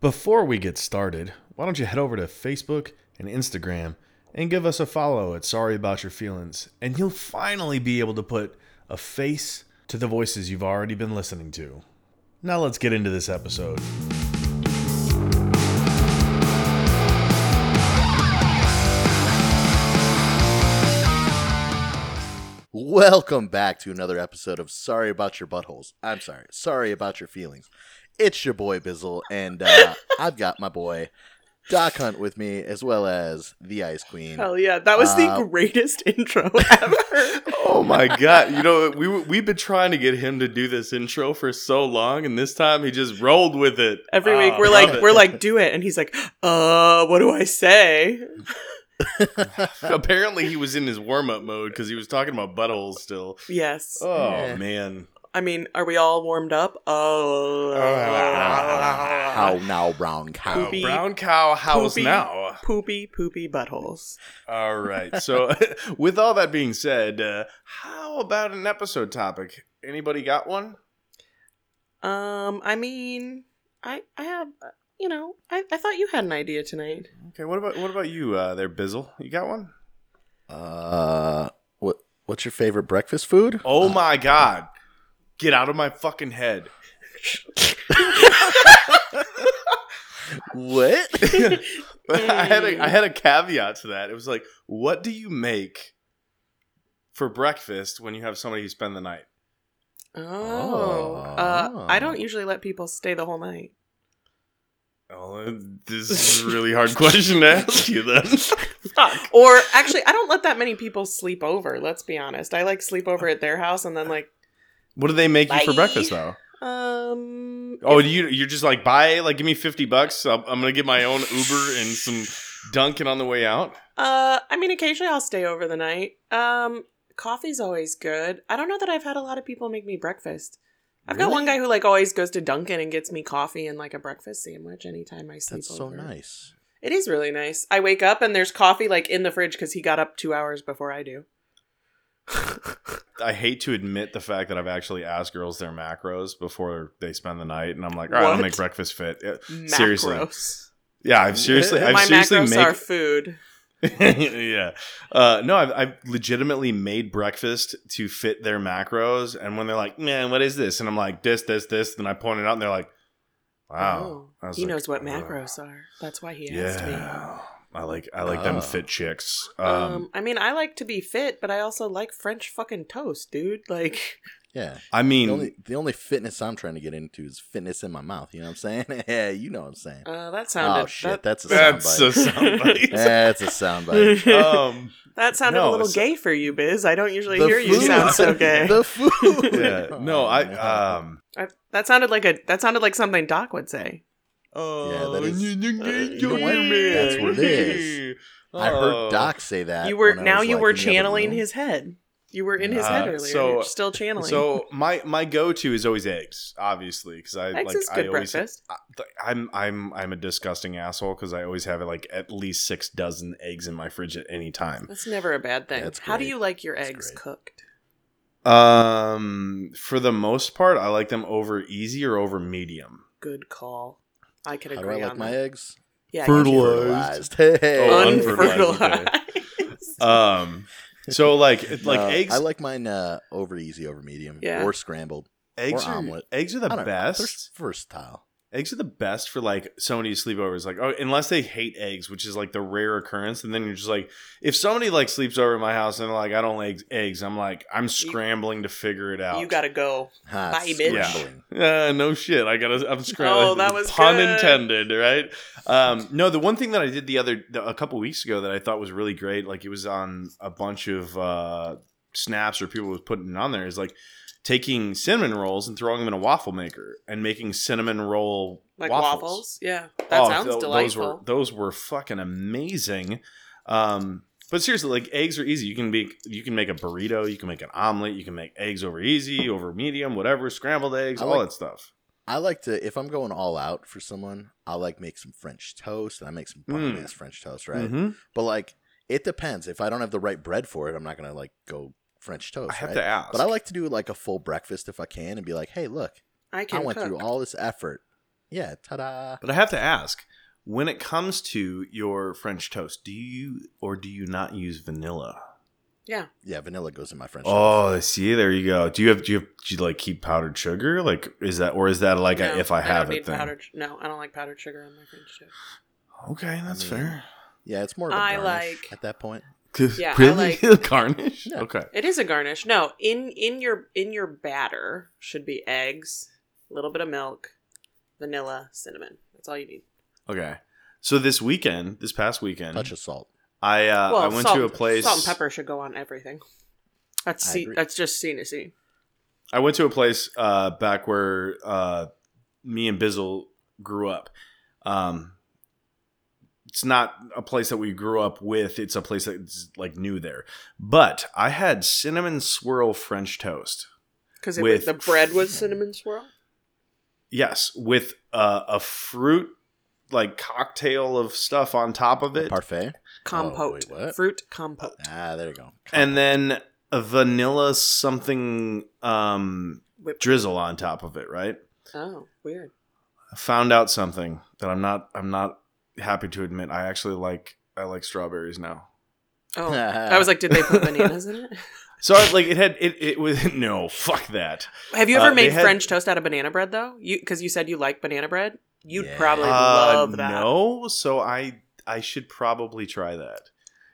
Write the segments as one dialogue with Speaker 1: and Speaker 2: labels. Speaker 1: Before we get started, why don't you head over to Facebook and Instagram and give us a follow at Sorry About Your Feelings, and you'll finally be able to put a face to the voices you've already been listening to. Now let's get into this episode.
Speaker 2: Welcome back to another episode of Sorry About Your Buttholes. I'm sorry. Sorry About Your Feelings. It's your boy Bizzle, and uh, I've got my boy Doc Hunt with me, as well as the Ice Queen.
Speaker 3: Hell yeah, that was
Speaker 2: Uh,
Speaker 3: the greatest intro ever.
Speaker 4: Oh my god! You know we we've been trying to get him to do this intro for so long, and this time he just rolled with it.
Speaker 3: Every
Speaker 4: Ah,
Speaker 3: week we're
Speaker 4: love
Speaker 3: like,
Speaker 4: it.
Speaker 3: we're like, do it, and he's like, uh, what do I say?
Speaker 4: apparently he was in his warm up mode because he was talking about buttholes still.
Speaker 3: Yes,
Speaker 4: Oh
Speaker 2: Yeah.
Speaker 4: man,
Speaker 3: I mean, are we all warmed up? Oh,
Speaker 2: How now, brown cow?
Speaker 3: Poopy.
Speaker 4: Oh, brown cow house
Speaker 3: Poopy.
Speaker 4: now.
Speaker 3: poopy, poopy buttholes.
Speaker 4: All right. So with all that being said, uh, how about an episode topic? Anybody got one?
Speaker 3: Um, I mean, I, I have, uh, you know, I, I thought you had an idea tonight.
Speaker 4: Okay. What about what about you uh, there, Bizzle? You got one?
Speaker 2: Uh, what? What's your favorite breakfast food?
Speaker 3: Uh,
Speaker 4: Oh my god! Get out of my fucking head.
Speaker 2: What?
Speaker 4: I had a I had a caveat to that. It was like, what do you make for breakfast when you have somebody who spend the night?
Speaker 3: Oh, uh, I don't usually let people stay the whole night.
Speaker 4: Oh, this is a really hard question to ask you then.
Speaker 3: Fuck. Or actually, I don't let that many people sleep over. Let's be honest. I like sleep over at their house and then like.
Speaker 4: What do they make you
Speaker 3: Bye.
Speaker 4: for breakfast though?
Speaker 3: Um.
Speaker 4: Oh, you you're just like buy like give me fifty bucks. I'm, I'm gonna get my own Uber and some Dunkin' on the way out.
Speaker 3: Uh, I mean, occasionally I'll stay over the night. Um, coffee's always good. I don't know that I've had a lot of people make me breakfast. I've got one guy who like always goes to Dunkin' and gets me coffee and like a breakfast sandwich anytime I sleep.
Speaker 2: That's so
Speaker 3: over.
Speaker 2: nice.
Speaker 3: It is really nice. I wake up and there's coffee like in the fridge because he got up two hours before I do.
Speaker 4: I hate to admit the fact that I've actually asked girls their macros before they spend the night, and I'm like, all right, I'll
Speaker 3: What?
Speaker 4: make breakfast fit. Yeah, Seriously,
Speaker 3: Macros.
Speaker 4: yeah, I've seriously, I've
Speaker 3: My
Speaker 4: seriously
Speaker 3: macros
Speaker 4: make
Speaker 3: are food.
Speaker 4: yeah. Uh, no, I've, I've legitimately made breakfast to fit their macros. And when they're like, man, what is this? And I'm like, this, this, this. Then I point it out and they're like, wow. I
Speaker 3: Oh,
Speaker 4: was
Speaker 3: he
Speaker 4: like,
Speaker 3: knows what
Speaker 4: uh,
Speaker 3: macros are. That's why he asked me.
Speaker 4: Yeah. I like I like them
Speaker 2: Oh.
Speaker 4: fit chicks. Um,
Speaker 3: Um, I mean, I like to be fit, but I also like French fucking toast, dude. Like,
Speaker 2: Yeah.
Speaker 4: I mean,
Speaker 2: The only the only fitness I'm trying to get into is fitness in my mouth. You know what I'm saying? yeah, you know what I'm saying.
Speaker 3: uh, that sounded.
Speaker 2: Oh shit,
Speaker 3: that-
Speaker 2: that's a
Speaker 4: that's a
Speaker 2: soundbite.
Speaker 4: soundbite.
Speaker 2: That's a soundbite.
Speaker 4: um,
Speaker 3: that sounded
Speaker 4: No,
Speaker 3: a little
Speaker 4: it's-
Speaker 3: gay for you, Biz. I don't usually
Speaker 2: The
Speaker 3: hear you
Speaker 2: food.
Speaker 3: sound so gay.
Speaker 2: the food.
Speaker 4: yeah. No, I um.
Speaker 3: I- that sounded like a that sounded like something Doc would say.
Speaker 4: Oh,
Speaker 2: that is- uh,
Speaker 3: you know what? That's
Speaker 2: what it is. I
Speaker 4: Oh.
Speaker 2: heard Doc say that.
Speaker 3: You were
Speaker 2: when I
Speaker 3: now
Speaker 2: was,
Speaker 3: you
Speaker 2: like,
Speaker 3: were
Speaker 2: in the other
Speaker 3: channeling
Speaker 2: room.
Speaker 3: his head. You were in his
Speaker 4: Uh,
Speaker 3: head earlier.
Speaker 4: so-
Speaker 3: You're still channeling.
Speaker 4: So my my go to is always eggs, obviously, because I
Speaker 3: Eggs
Speaker 4: like
Speaker 3: is good
Speaker 4: I always
Speaker 3: breakfast.
Speaker 4: I, I'm I'm I'm a disgusting asshole because I always have like at least six dozen eggs in my fridge at any time.
Speaker 3: That's never a bad thing.
Speaker 2: That's
Speaker 3: How do
Speaker 2: great.
Speaker 3: you like your
Speaker 2: That's
Speaker 3: eggs
Speaker 2: great.
Speaker 3: cooked?
Speaker 4: Um, for the most part, I like them over easy or over medium.
Speaker 3: Good call. I could
Speaker 2: How do I
Speaker 3: agree
Speaker 2: like
Speaker 3: on
Speaker 2: my
Speaker 3: that.
Speaker 2: eggs?
Speaker 3: Yeah,
Speaker 2: Fertilized. Hey.
Speaker 4: Oh,
Speaker 3: unfertilized.
Speaker 4: Um, so like like
Speaker 2: No,
Speaker 4: eggs.
Speaker 2: I like mine uh, over easy, over medium,
Speaker 3: Yeah.
Speaker 2: or scrambled.
Speaker 4: eggs
Speaker 2: or
Speaker 4: are
Speaker 2: omelet.
Speaker 4: eggs are the
Speaker 2: I don't know. They're
Speaker 4: best.
Speaker 2: versatile.
Speaker 4: Eggs are the best for like somebody to sleep over. It's like, oh, unless they hate eggs, which is like the rare occurrence. And then you're just like, if somebody like sleeps over at my house and they're like, I don't like eggs, I'm like, I'm scrambling to figure it out.
Speaker 3: you gotta go.
Speaker 2: Ha,
Speaker 3: Bye, bitch.
Speaker 2: scrambling.
Speaker 4: Uh, no shit. I gotta. I'm scrambling.
Speaker 3: Oh, that was
Speaker 4: pun
Speaker 3: good.
Speaker 4: intended, right? Um, no, the one thing that I did the other the, a couple weeks ago that I thought was really great, like it was on a bunch of uh, snaps or people was putting it on there, is like taking cinnamon rolls and throwing them in a waffle maker and making cinnamon roll
Speaker 3: Like
Speaker 4: waffles.
Speaker 3: waffles. Yeah. That
Speaker 4: Oh,
Speaker 3: sounds
Speaker 4: tho-
Speaker 3: delightful.
Speaker 4: Those were those were fucking amazing. Um, but seriously, like eggs are easy. You can be you can make a burrito, you can make an omelet, you can make eggs over easy, over medium, whatever, scrambled eggs,
Speaker 2: I
Speaker 4: all
Speaker 2: like-
Speaker 4: that stuff.
Speaker 2: I like to if I'm going all out for someone, I like make some French toast and I make some
Speaker 4: Mm.
Speaker 2: bomb ass French toast, right?
Speaker 4: Mhm.
Speaker 2: But like it depends. If I don't have the right bread for it, I'm not gonna like go French toast.
Speaker 4: I have
Speaker 2: right?
Speaker 4: to ask.
Speaker 2: But I like to do like a full breakfast if I can and be like, hey, look,
Speaker 3: I
Speaker 2: I
Speaker 3: can
Speaker 2: went
Speaker 3: cook.
Speaker 2: through all this effort. Yeah, ta-da.
Speaker 4: But I have to ask, when it comes to your French toast, do you or do you not use vanilla?
Speaker 3: Yeah.
Speaker 2: Yeah, vanilla goes in my French. toast.
Speaker 4: Oh, I see, there you go. Do you have do you have, do you like keep powdered sugar? Like is that or is that like a,
Speaker 3: No,
Speaker 4: if I have
Speaker 3: don't
Speaker 4: it
Speaker 3: need
Speaker 4: thing?
Speaker 3: powdered- No, I don't like powdered sugar on my French toast.
Speaker 4: Okay, that's
Speaker 2: I mean,
Speaker 4: fair.
Speaker 2: yeah, it's more of a
Speaker 3: I
Speaker 2: garnish
Speaker 3: like-
Speaker 2: at that point.
Speaker 3: Yeah, I
Speaker 4: really?
Speaker 3: like-
Speaker 4: garnish.
Speaker 2: Yeah.
Speaker 4: Okay.
Speaker 3: It is a garnish. No, in in your in your batter should be eggs, a little bit of milk, vanilla, cinnamon. That's all you need.
Speaker 4: Okay. So this weekend, this past weekend,
Speaker 2: Touch of salt.
Speaker 4: I uh,
Speaker 3: Well,
Speaker 4: I went
Speaker 3: salt-
Speaker 4: to a place.
Speaker 3: Salt and pepper should go on everything. That's
Speaker 2: I
Speaker 3: see,
Speaker 2: agree.
Speaker 3: that's just scene to scene.
Speaker 4: I went to a place uh, back where uh, me and Bizzle grew up. Um, it's not a place that we grew up with. It's a place that's like new there. But I had cinnamon swirl French toast.
Speaker 3: Because
Speaker 4: With- Oh,
Speaker 3: the bread was cinnamon swirl.
Speaker 4: Yes, with uh, a fruit like cocktail of stuff on top of
Speaker 2: The
Speaker 4: it,
Speaker 2: parfait.
Speaker 3: Compote.
Speaker 2: wait, what?
Speaker 3: Fruit compote.
Speaker 2: Ah, there you go.
Speaker 4: and then a vanilla something um,
Speaker 3: Whip.
Speaker 4: drizzle on top of it. Right.
Speaker 3: Oh, weird.
Speaker 4: I found out something that I'm not I'm not happy to admit. I actually like I like strawberries now.
Speaker 3: Oh. I was like, did they put bananas in it?
Speaker 4: So I, like it had it it was no fuck that.
Speaker 3: Have you
Speaker 4: Uh,
Speaker 3: ever
Speaker 4: they
Speaker 3: made
Speaker 4: had-
Speaker 3: French toast out of banana bread though? You because you said you like banana bread. You'd
Speaker 2: Yeah.
Speaker 3: probably
Speaker 2: I
Speaker 4: Uh,
Speaker 3: love that.
Speaker 4: No, so I I should probably try that.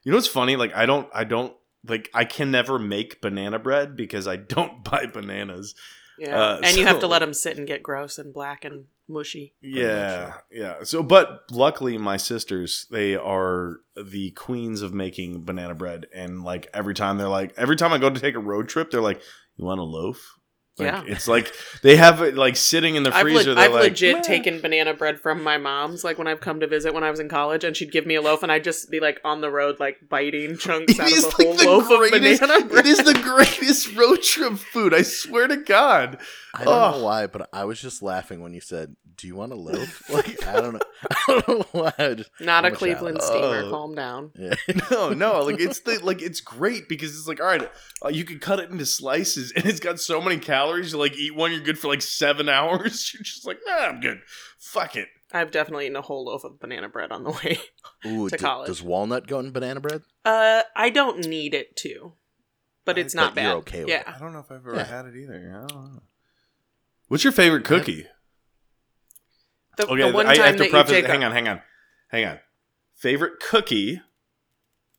Speaker 4: You know what's funny? Like I don't I don't like I can never make banana bread because I don't buy bananas.
Speaker 3: Yeah,
Speaker 4: Uh,
Speaker 3: and you have to
Speaker 4: so-
Speaker 3: let them sit and get gross and black and mushy.
Speaker 4: Yeah, yeah. So, but luckily, my sisters they are the queens of making banana bread, and like every time they're like, every time I go to take a road trip, they're like, "You want a loaf?" Like,
Speaker 3: Yeah.
Speaker 4: it's like they have it like sitting in the
Speaker 3: I've,
Speaker 4: freezer.
Speaker 3: le-
Speaker 4: they're
Speaker 3: I've
Speaker 4: like,
Speaker 3: legit
Speaker 4: "Meh."
Speaker 3: taken banana bread from my mom's, like when I've come to visit when I was in college, and she'd give me a loaf, and I'd just be like on the road, like biting chunks
Speaker 4: It
Speaker 3: out of
Speaker 4: is
Speaker 3: a
Speaker 4: like
Speaker 3: whole
Speaker 4: the
Speaker 3: loaf
Speaker 4: greatest-
Speaker 3: of banana bread.
Speaker 4: It is the greatest road trip food. I swear to God.
Speaker 2: I don't
Speaker 4: Ugh.
Speaker 2: know why, but I was just laughing when you said, "Do you want a loaf?" Like I don't know, I don't know why. I just,
Speaker 3: Not
Speaker 2: I'm
Speaker 3: a
Speaker 2: a
Speaker 3: Cleveland
Speaker 4: child.
Speaker 3: steamer.
Speaker 4: Oh.
Speaker 3: Calm down.
Speaker 2: yeah.
Speaker 4: No, no, like it's the like it's great because it's like all right, uh, you can cut it into slices, and it's got so many calories. You like eat one, you're good for like seven hours. You're just like, nah, I'm good. Fuck it.
Speaker 3: I've definitely eaten a whole loaf of banana bread on the way.
Speaker 2: Ooh,
Speaker 3: To
Speaker 2: d-
Speaker 3: college.
Speaker 2: does walnut go in banana bread?
Speaker 3: Uh, I don't need it to, but
Speaker 2: I
Speaker 3: it's
Speaker 2: bet
Speaker 3: not bad.
Speaker 2: you're okay with
Speaker 3: yeah,
Speaker 4: I don't know if I've
Speaker 2: Yeah.
Speaker 4: had it either. I don't know. What's your favorite cookie?
Speaker 3: the,
Speaker 4: Okay,
Speaker 3: the one
Speaker 4: I
Speaker 3: time
Speaker 4: have to
Speaker 3: that
Speaker 4: preface.
Speaker 3: you take
Speaker 4: hang
Speaker 3: a-
Speaker 4: on, hang on, hang on. Favorite cookie,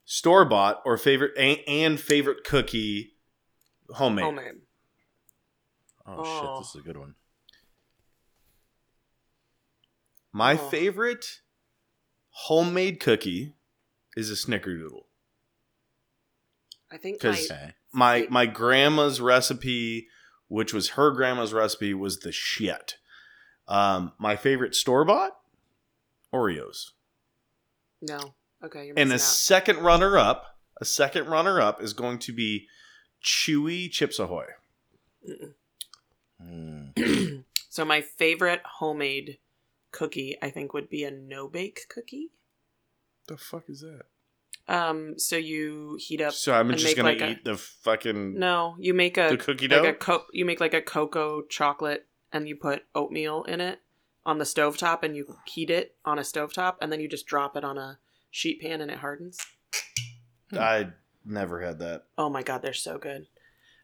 Speaker 4: store bought, or favorite and, and favorite cookie, homemade.
Speaker 3: Oh man,
Speaker 2: Oh,
Speaker 3: Oh.
Speaker 2: shit, this is a good one.
Speaker 4: My
Speaker 3: Oh.
Speaker 4: favorite homemade cookie is a Snickerdoodle.
Speaker 3: I think
Speaker 4: 'Cause-
Speaker 3: my
Speaker 2: Okay,
Speaker 4: my my grandma's recipe, which was her grandma's recipe, was the shit. Um, my favorite store bought Oreos,
Speaker 3: no. Okay, you're
Speaker 4: and
Speaker 3: missing
Speaker 4: a
Speaker 3: out.
Speaker 4: second runner up, a second runner up is going to be Chewy Chips Ahoy.
Speaker 3: Mm-mm.
Speaker 2: Mm.
Speaker 3: so my favorite homemade cookie, I think, would be a no bake cookie.
Speaker 4: The fuck is that?
Speaker 3: Um, so you heat up.
Speaker 4: So I'm
Speaker 3: And
Speaker 4: just
Speaker 3: make
Speaker 4: gonna
Speaker 3: like a-
Speaker 4: eat the fucking
Speaker 3: No, you make
Speaker 4: the
Speaker 3: a
Speaker 4: cookie dough.
Speaker 3: like a co- you make like a cocoa chocolate, and you put oatmeal in it on the stovetop, and you heat it on a stovetop, and then you just drop it on a sheet pan, and it hardens.
Speaker 4: I never had that.
Speaker 3: Oh my god, they're so good.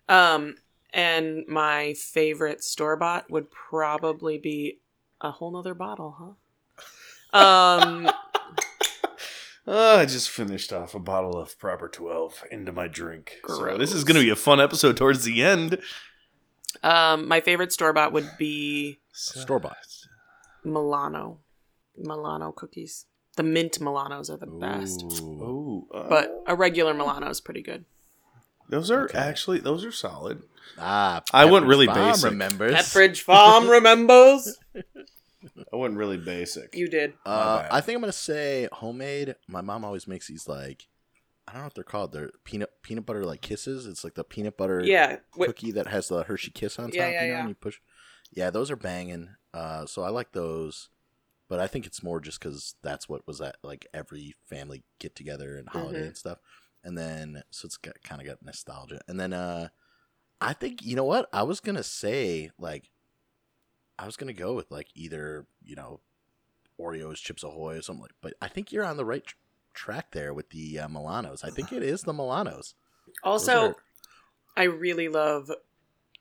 Speaker 3: Um, and my favorite store bought would probably be a whole nother bottle, huh? Um,
Speaker 4: Oh, I just finished off a bottle of Proper 12 into my drink. So this is
Speaker 3: Gross.
Speaker 4: going to be a fun episode towards the end.
Speaker 3: um, my favorite store bought would be
Speaker 2: Store bought.
Speaker 3: Milano, Milano cookies. The mint Milanos are the best,
Speaker 2: Ooh.
Speaker 4: Oh, uh,
Speaker 3: but a regular Milano is pretty good.
Speaker 4: those are
Speaker 2: Okay.
Speaker 4: actually those are solid.
Speaker 2: Ah,
Speaker 4: I went
Speaker 2: Pepperidge
Speaker 4: really
Speaker 2: Farm
Speaker 4: basic.
Speaker 2: Remembers
Speaker 3: Pepperidge Farm remembers.
Speaker 4: I wasn't really basic.
Speaker 3: You did.
Speaker 2: Uh,
Speaker 4: My bad.
Speaker 2: I think I'm gonna say homemade. My mom always makes these like I don't know what they're called. They're peanut peanut butter like kisses. It's like the peanut butter
Speaker 3: Yeah. Wait,
Speaker 2: cookie that has the Hershey kiss on top.
Speaker 3: Yeah, yeah,
Speaker 2: you know,
Speaker 3: yeah.
Speaker 2: and you push. Yeah, those are banging. Uh, so I like those, but I think it's more just because that's what was at like every family get together and holiday
Speaker 3: Mhm.
Speaker 2: and stuff. And then so it's got kind of got nostalgia. And then uh, I think you know what I was gonna say like I was gonna go with like either you know Oreos, Chips Ahoy, or something. Like, but I think you're on the right tr- track there with the uh, Milanos. I think it is the Milanos. Those
Speaker 3: Also,
Speaker 2: are-
Speaker 3: I really love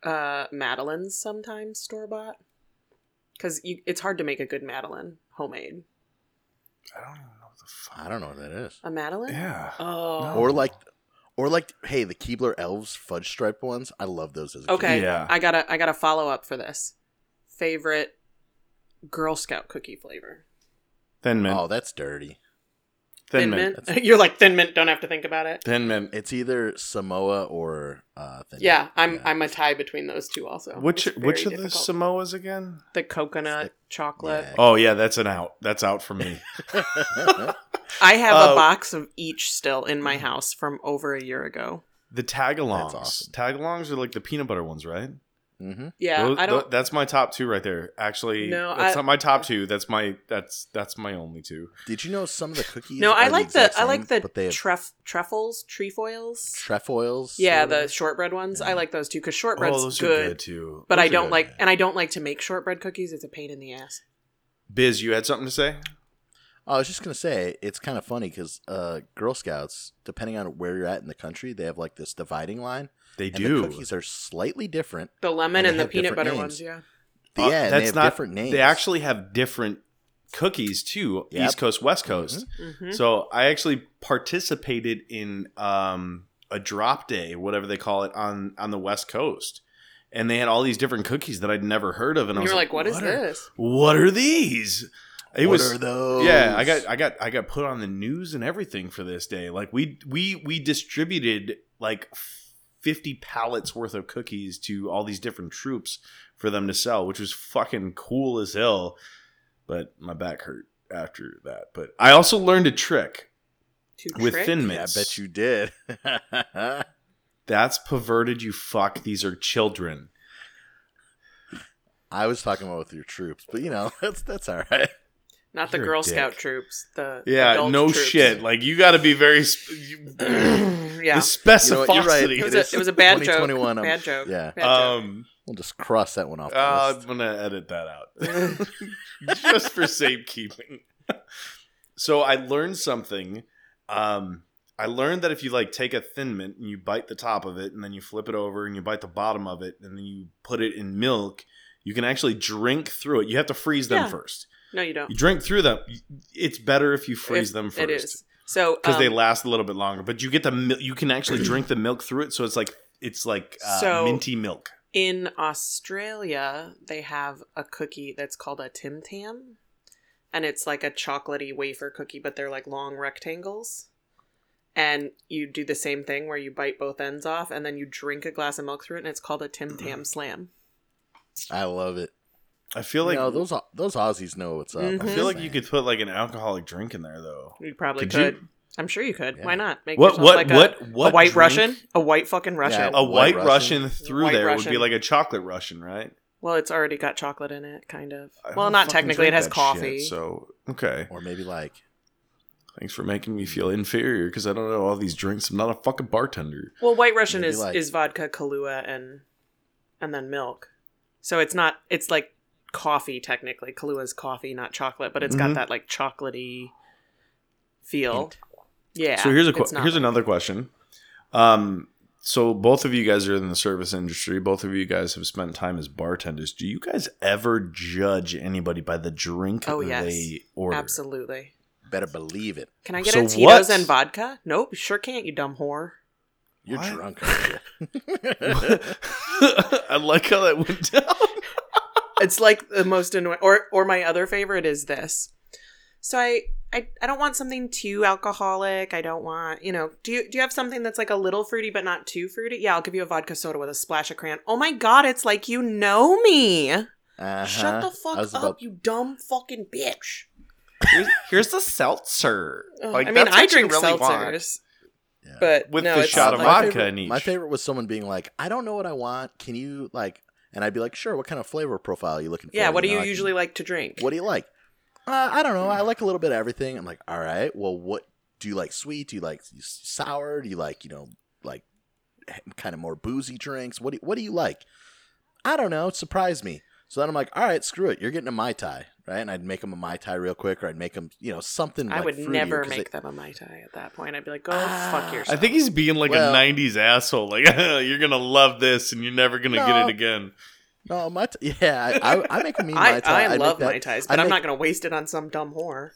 Speaker 3: uh Madeline's sometimes store bought because it's hard to make a good Madeline homemade.
Speaker 4: I don't even know what the fuck.
Speaker 2: I don't know what that is.
Speaker 3: A Madeline?
Speaker 4: Yeah.
Speaker 3: Oh.
Speaker 2: Or like, or like, hey, the Keebler Elves fudge stripe ones. I love those as a kid.
Speaker 3: Okay.
Speaker 4: Yeah.
Speaker 3: I got to I got to follow up for this. Favorite Girl Scout cookie flavor.
Speaker 4: Thin mint.
Speaker 2: Oh, that's dirty.
Speaker 4: thin, mint.
Speaker 3: You're like thin mint, don't have to think about it.
Speaker 4: Thin mint.
Speaker 2: It's either Samoa or uh, Thin
Speaker 3: Yeah,
Speaker 2: Mint.
Speaker 3: I'm I'm a tie between those two also.
Speaker 4: Which
Speaker 3: It's very
Speaker 4: which of the
Speaker 3: difficult.
Speaker 4: Samoas again?
Speaker 3: the coconut chocolate.
Speaker 2: Yeah.
Speaker 4: Oh yeah, that's an out. That's out for me.
Speaker 3: I have
Speaker 4: Oh.
Speaker 3: a box of each still in
Speaker 4: Mm.
Speaker 3: my house from over a year ago.
Speaker 4: The tagalongs.
Speaker 2: That's awesome.
Speaker 4: Tagalongs are like the peanut butter ones, right?
Speaker 2: hmm
Speaker 3: Yeah,
Speaker 4: Those-
Speaker 3: I
Speaker 4: tho-
Speaker 3: don't.
Speaker 4: that's my top two right there. Actually,
Speaker 3: No,
Speaker 4: that's
Speaker 3: I-
Speaker 4: not my top two. That's my that's that's my only two.
Speaker 2: Did you know some of the cookies?
Speaker 3: No, I
Speaker 2: are
Speaker 3: like the
Speaker 2: exact
Speaker 3: I
Speaker 2: same,
Speaker 3: like the
Speaker 2: but they have
Speaker 3: truff truffles, trefoils.
Speaker 2: trefoils.
Speaker 3: Yeah,
Speaker 2: or whatever?
Speaker 3: the shortbread ones. I
Speaker 2: Yeah.
Speaker 3: like those too because shortbread's
Speaker 4: oh, those
Speaker 3: good,
Speaker 4: are good too.
Speaker 3: But
Speaker 4: Those
Speaker 3: I
Speaker 4: are
Speaker 3: don't
Speaker 4: good.
Speaker 3: like, and I don't like to make shortbread cookies. It's a pain in the ass.
Speaker 4: Biz. You had something to say?
Speaker 2: Oh, I was just gonna say it's kind of funny because uh, Girl Scouts, depending on where you're at in the country, they have like this dividing line.
Speaker 4: They
Speaker 2: and
Speaker 4: do.
Speaker 2: The cookies are slightly different.
Speaker 3: The
Speaker 2: And
Speaker 3: lemon
Speaker 2: they
Speaker 3: and, the
Speaker 2: have
Speaker 3: peanut
Speaker 2: different
Speaker 3: butter
Speaker 2: names.
Speaker 3: ones. Yeah,
Speaker 4: Uh,
Speaker 2: yeah, and
Speaker 4: that's
Speaker 2: they have
Speaker 4: not-
Speaker 2: different names.
Speaker 4: They actually have different cookies too.
Speaker 2: Yep.
Speaker 4: East Coast, West Coast.
Speaker 3: hmm
Speaker 4: So I actually participated in um, a drop day, whatever they call it, on on the West Coast, and they had all these different cookies that I'd never heard of, and
Speaker 3: you
Speaker 4: I was
Speaker 3: were like, "What is
Speaker 4: are-
Speaker 3: this?"
Speaker 4: What are these? It
Speaker 2: what
Speaker 4: was
Speaker 2: are those?
Speaker 4: yeah. I got I got I got put on the news and everything for this day. Like we we we distributed like fifty pallets worth of cookies to all these different troops for them to sell, which was fucking cool as hell. But my back hurt after that. But I also learned a trick
Speaker 3: To
Speaker 4: with
Speaker 3: trick?
Speaker 4: Thin
Speaker 2: Yeah, I
Speaker 4: Mints.
Speaker 2: bet you did.
Speaker 4: That's perverted, you fuck. These are children.
Speaker 2: I was talking about with your troops, but you know that's that's all right.
Speaker 3: not the
Speaker 4: You're a
Speaker 3: Girl
Speaker 4: dick.
Speaker 3: Scout troops. The
Speaker 4: Yeah,
Speaker 3: adult
Speaker 4: no
Speaker 3: troops.
Speaker 4: shit. Like you got to be very sp- you-
Speaker 3: yeah,
Speaker 4: the specificity.
Speaker 2: You know what, you're right.
Speaker 3: it was,
Speaker 2: It
Speaker 3: a,
Speaker 2: is
Speaker 3: it was a bad joke.
Speaker 2: 2021, I'm-
Speaker 3: Bad joke.
Speaker 2: yeah.
Speaker 3: Bad joke.
Speaker 4: Um,
Speaker 2: We'll just cross that one off. The
Speaker 4: uh,
Speaker 2: list.
Speaker 4: I'm gonna edit that out just for safekeeping. so I learned something. Um, I learned that if you like take a thin mint and you bite the top of it, and then you flip it over and you bite the bottom of it, and then you put it in milk, you can actually drink through it. You have to freeze them
Speaker 3: Yeah.
Speaker 4: first.
Speaker 3: no, you don't.
Speaker 4: You drink through them. It's better if you freeze
Speaker 3: If-
Speaker 4: them first.
Speaker 3: It is so
Speaker 4: because they
Speaker 3: um,
Speaker 4: last a little bit longer. But you get the mil- you can actually drink the milk through it, so it's like it's like uh,
Speaker 3: So-
Speaker 4: minty milk.
Speaker 3: In Australia, they have a cookie that's called a Tim Tam, and it's like a chocolatey wafer cookie, but they're like long rectangles. And you do the same thing where you bite both ends off, and then you drink a glass of milk through it, and it's called a Tim
Speaker 4: Mm-hmm.
Speaker 3: Tam Slam.
Speaker 2: I love it.
Speaker 4: I feel like
Speaker 2: you know, those Au- those Aussies know what's up.
Speaker 3: Mhm.
Speaker 4: I feel like you could put like an alcoholic drink in there though.
Speaker 3: You probably
Speaker 4: Could
Speaker 3: could.
Speaker 4: you-
Speaker 3: I'm sure you could.
Speaker 2: Yeah.
Speaker 3: Why not? Make
Speaker 4: What
Speaker 3: yourself
Speaker 4: what
Speaker 3: like a,
Speaker 4: what what
Speaker 3: a white
Speaker 4: drink-
Speaker 3: Russian, a white fucking Russian.
Speaker 2: Yeah.
Speaker 4: A white,
Speaker 2: White
Speaker 4: Russian,
Speaker 2: Russian?
Speaker 4: through
Speaker 3: White
Speaker 4: there would be
Speaker 3: Russian.
Speaker 4: like a chocolate Russian, right?
Speaker 3: Well, it's already got chocolate in it, kind of.
Speaker 4: I
Speaker 3: Well,
Speaker 4: don't
Speaker 3: not
Speaker 4: fucking
Speaker 3: technically. It
Speaker 4: drink
Speaker 3: has
Speaker 4: that
Speaker 3: coffee.
Speaker 4: shit, so okay,
Speaker 2: or maybe like
Speaker 4: thanks for making me feel inferior because I don't know all these drinks. I'm not a fucking bartender.
Speaker 3: Well, White Russian
Speaker 2: Maybe
Speaker 3: is
Speaker 2: like-
Speaker 3: is vodka, Kahlua, and and then milk. So it's not. It's like coffee technically. Kahlua's coffee, not chocolate, but it's
Speaker 4: Mhm.
Speaker 3: got that like chocolatey feel.
Speaker 2: Mm-hmm. Hint.
Speaker 3: Yeah.
Speaker 4: so here's a
Speaker 3: it's
Speaker 4: qu-
Speaker 3: not
Speaker 4: here's
Speaker 3: like-
Speaker 4: another question. Um, so both of you guys are in the service industry. Both of you guys have spent time as bartenders. Do you guys ever judge anybody by the drink
Speaker 3: Oh, yes.
Speaker 4: they order?
Speaker 3: Absolutely.
Speaker 2: better believe it.
Speaker 3: Can I get
Speaker 4: So
Speaker 3: a
Speaker 4: what-
Speaker 3: Tito's and vodka? Nope, sure can't. You dumb whore.
Speaker 2: You're
Speaker 4: What?
Speaker 2: drunk. Aren't you? Uh-huh.
Speaker 4: I like how that went down.
Speaker 3: it's like the most annoying or or my other favorite is this so I, I i don't want something too alcoholic i don't want you know do you do you have something that's like a little fruity but not too fruity yeah i'll give you a vodka soda with a splash of crayon oh my god it's like you know me shut
Speaker 2: Uh-huh.
Speaker 3: the
Speaker 2: I
Speaker 3: fuck
Speaker 2: was
Speaker 3: up
Speaker 2: about-
Speaker 3: you dumb fucking bitch
Speaker 4: here's, here's the seltzer.
Speaker 3: Ugh,
Speaker 4: Like,
Speaker 3: i mean
Speaker 4: that's what
Speaker 3: i
Speaker 4: you
Speaker 3: drink
Speaker 4: really
Speaker 3: seltzers
Speaker 4: want.
Speaker 2: Yeah.
Speaker 3: but
Speaker 4: with
Speaker 3: no,
Speaker 4: the
Speaker 3: it's
Speaker 4: shot of
Speaker 3: like-
Speaker 4: vodka
Speaker 2: favorite-
Speaker 4: in each.
Speaker 2: My favorite was someone being like, "I don't know what I want. Can you like?" And I'd be like, "Sure. What kind of flavor profile are you looking for?"
Speaker 3: yeah what do
Speaker 2: know,
Speaker 3: you
Speaker 2: I can-
Speaker 3: usually like to drink
Speaker 2: What do you like? Uh, I don't know. I like a little bit of everything. I'm like, all right. Well, what do you like? Sweet? Do you like s- sour? Do you like you know like kind of more boozy drinks? What do you, What do you like? I don't know. Surprise me. So then I'm like, all right, screw it. You're getting a mai tai, right? And I'd make them a mai tai real quick, or I'd make them, you know, something.
Speaker 3: I
Speaker 2: like
Speaker 3: would
Speaker 2: fruitier,
Speaker 3: never
Speaker 2: 'cause they-
Speaker 3: make them a mai tai at that point. I'd be like, go
Speaker 2: Ah.
Speaker 3: fuck yourself.
Speaker 1: I think he's being like
Speaker 2: Well-
Speaker 1: a '90s asshole. Like you're gonna love this, and you're never gonna
Speaker 2: No.
Speaker 1: get it again.
Speaker 2: no mai. Tai yeah, I, I, I make a mean
Speaker 3: I,
Speaker 2: mai tai.
Speaker 3: I
Speaker 2: I'd make
Speaker 3: love
Speaker 2: that
Speaker 3: mai tais, but
Speaker 2: I'd
Speaker 3: I'm
Speaker 2: make-
Speaker 3: not going to waste it on some dumb whore.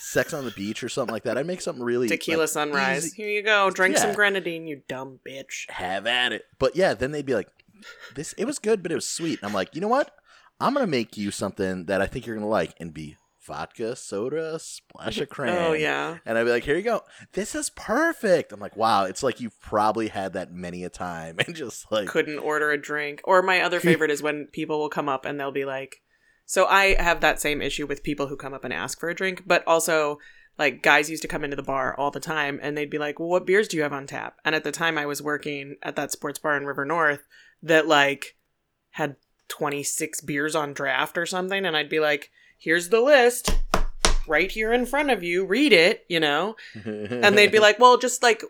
Speaker 2: Sex on the beach or something like that. I'd make something really
Speaker 3: Tequila
Speaker 2: like,
Speaker 3: sunrise.
Speaker 2: easy-
Speaker 3: Here you go. Drink some
Speaker 2: Yeah.
Speaker 3: grenadine, you dumb bitch.
Speaker 2: have at it. But yeah, then they'd be like, "This it was good, but it was sweet." And I'm like, you know what? I'm gonna make you something that I think you're gonna like, and be vodka, soda, splash of cran.
Speaker 3: Oh yeah.
Speaker 2: And I'd be like, here you go. This is perfect. I'm like, wow, it's like you've probably had that many a time. And just like,
Speaker 3: couldn't order a drink. Or my other favorite is when people will come up and they'll be like, so I have that same issue with people who come up and ask for a drink, but also like guys used to come into the bar all the time and they'd be like, well, what beers do you have on tap? And at the time I was working at that sports bar in River North that like had 26 beers on draft or something. And I'd be like, here's the list right here in front of you. Read it, you know? and they'd be like, "Well, just like,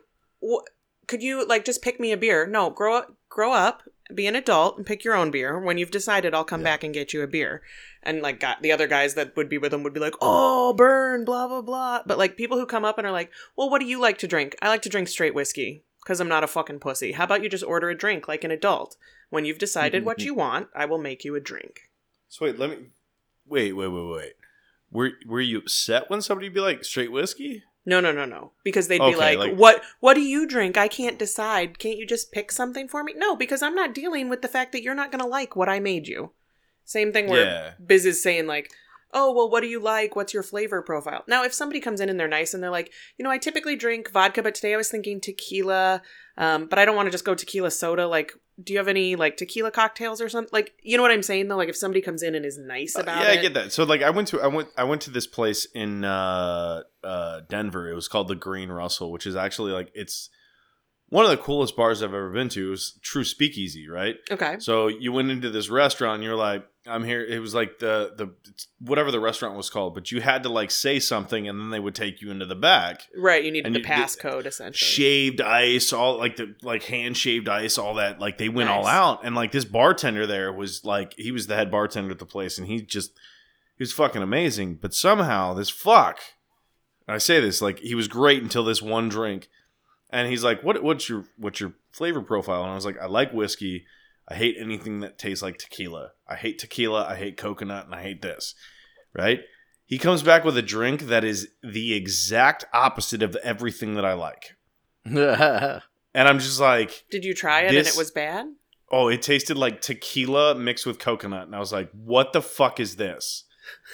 Speaker 3: wh- could you like just pick me a beer?" No, grow up, grow up, be an adult, and pick your own beer. When you've decided, I'll come
Speaker 2: Yeah.
Speaker 3: back and get you a beer. And like, got, the other guys that would be with them would be like, "Oh, burn, blah blah blah." But like, people who come up and are like, "Well, what do you like to drink?" I like to drink straight whiskey because I'm not a fucking pussy. How about you just order a drink like an adult? When you've decided what you want, I will make you a drink.
Speaker 4: So wait, let me wait, wait, wait, wait. Were were you upset when somebody would be like straight whiskey?
Speaker 3: No, no, no, no. Because they'd
Speaker 4: Okay,
Speaker 3: be like,
Speaker 4: like-
Speaker 3: "What? What do you drink? I can't decide. Can't you just pick something for me?" No, because I'm not dealing with the fact that you're not gonna like what I made you. Same thing where
Speaker 4: Yeah.
Speaker 3: Biz is saying like, "Oh, well, what do you like? What's your flavor profile?" Now, if somebody comes in and they're nice and they're like, "You know, I typically drink vodka, but today I was thinking tequila, um, but I don't want to just go tequila soda. Like, do you have any like tequila cocktails or something? Like, you know what I'm saying though? Like, if somebody comes in and is nice
Speaker 4: Uh,
Speaker 3: about
Speaker 4: yeah,
Speaker 3: it,
Speaker 4: I get that. So like I went to I went I went to this place in uh uh Denver. It was called the Green Russell, which is actually like it's one of the coolest bars I've ever been to. It was true speakeasy, right?
Speaker 3: okay,
Speaker 4: So you went into this restaurant and you're like, I'm here. It was like the the whatever the restaurant was called, but you had to like say something and then they would take you into the back.
Speaker 3: right? You needed
Speaker 4: And
Speaker 3: the
Speaker 4: you-
Speaker 3: passcode essentially.
Speaker 4: shaved ice, all like the like hand shaved ice, all that. Like they went all
Speaker 3: Nice.
Speaker 4: out, and like this bartender there was like he was the head bartender at the place, and he just he was fucking amazing. But somehow this fuck, I say this like he was great until this one drink, and he's like, what what's your what's your flavor profile? And I was like, I like whiskey. I hate anything that tastes like tequila. I hate tequila. I hate coconut, and I hate this. Right. He comes back with a drink that is the exact opposite of everything that I like. And I'm just like,
Speaker 3: Did you try it and
Speaker 4: This-
Speaker 3: it was bad?
Speaker 4: oh, it tasted like tequila mixed with coconut. And I was like, what the fuck is this?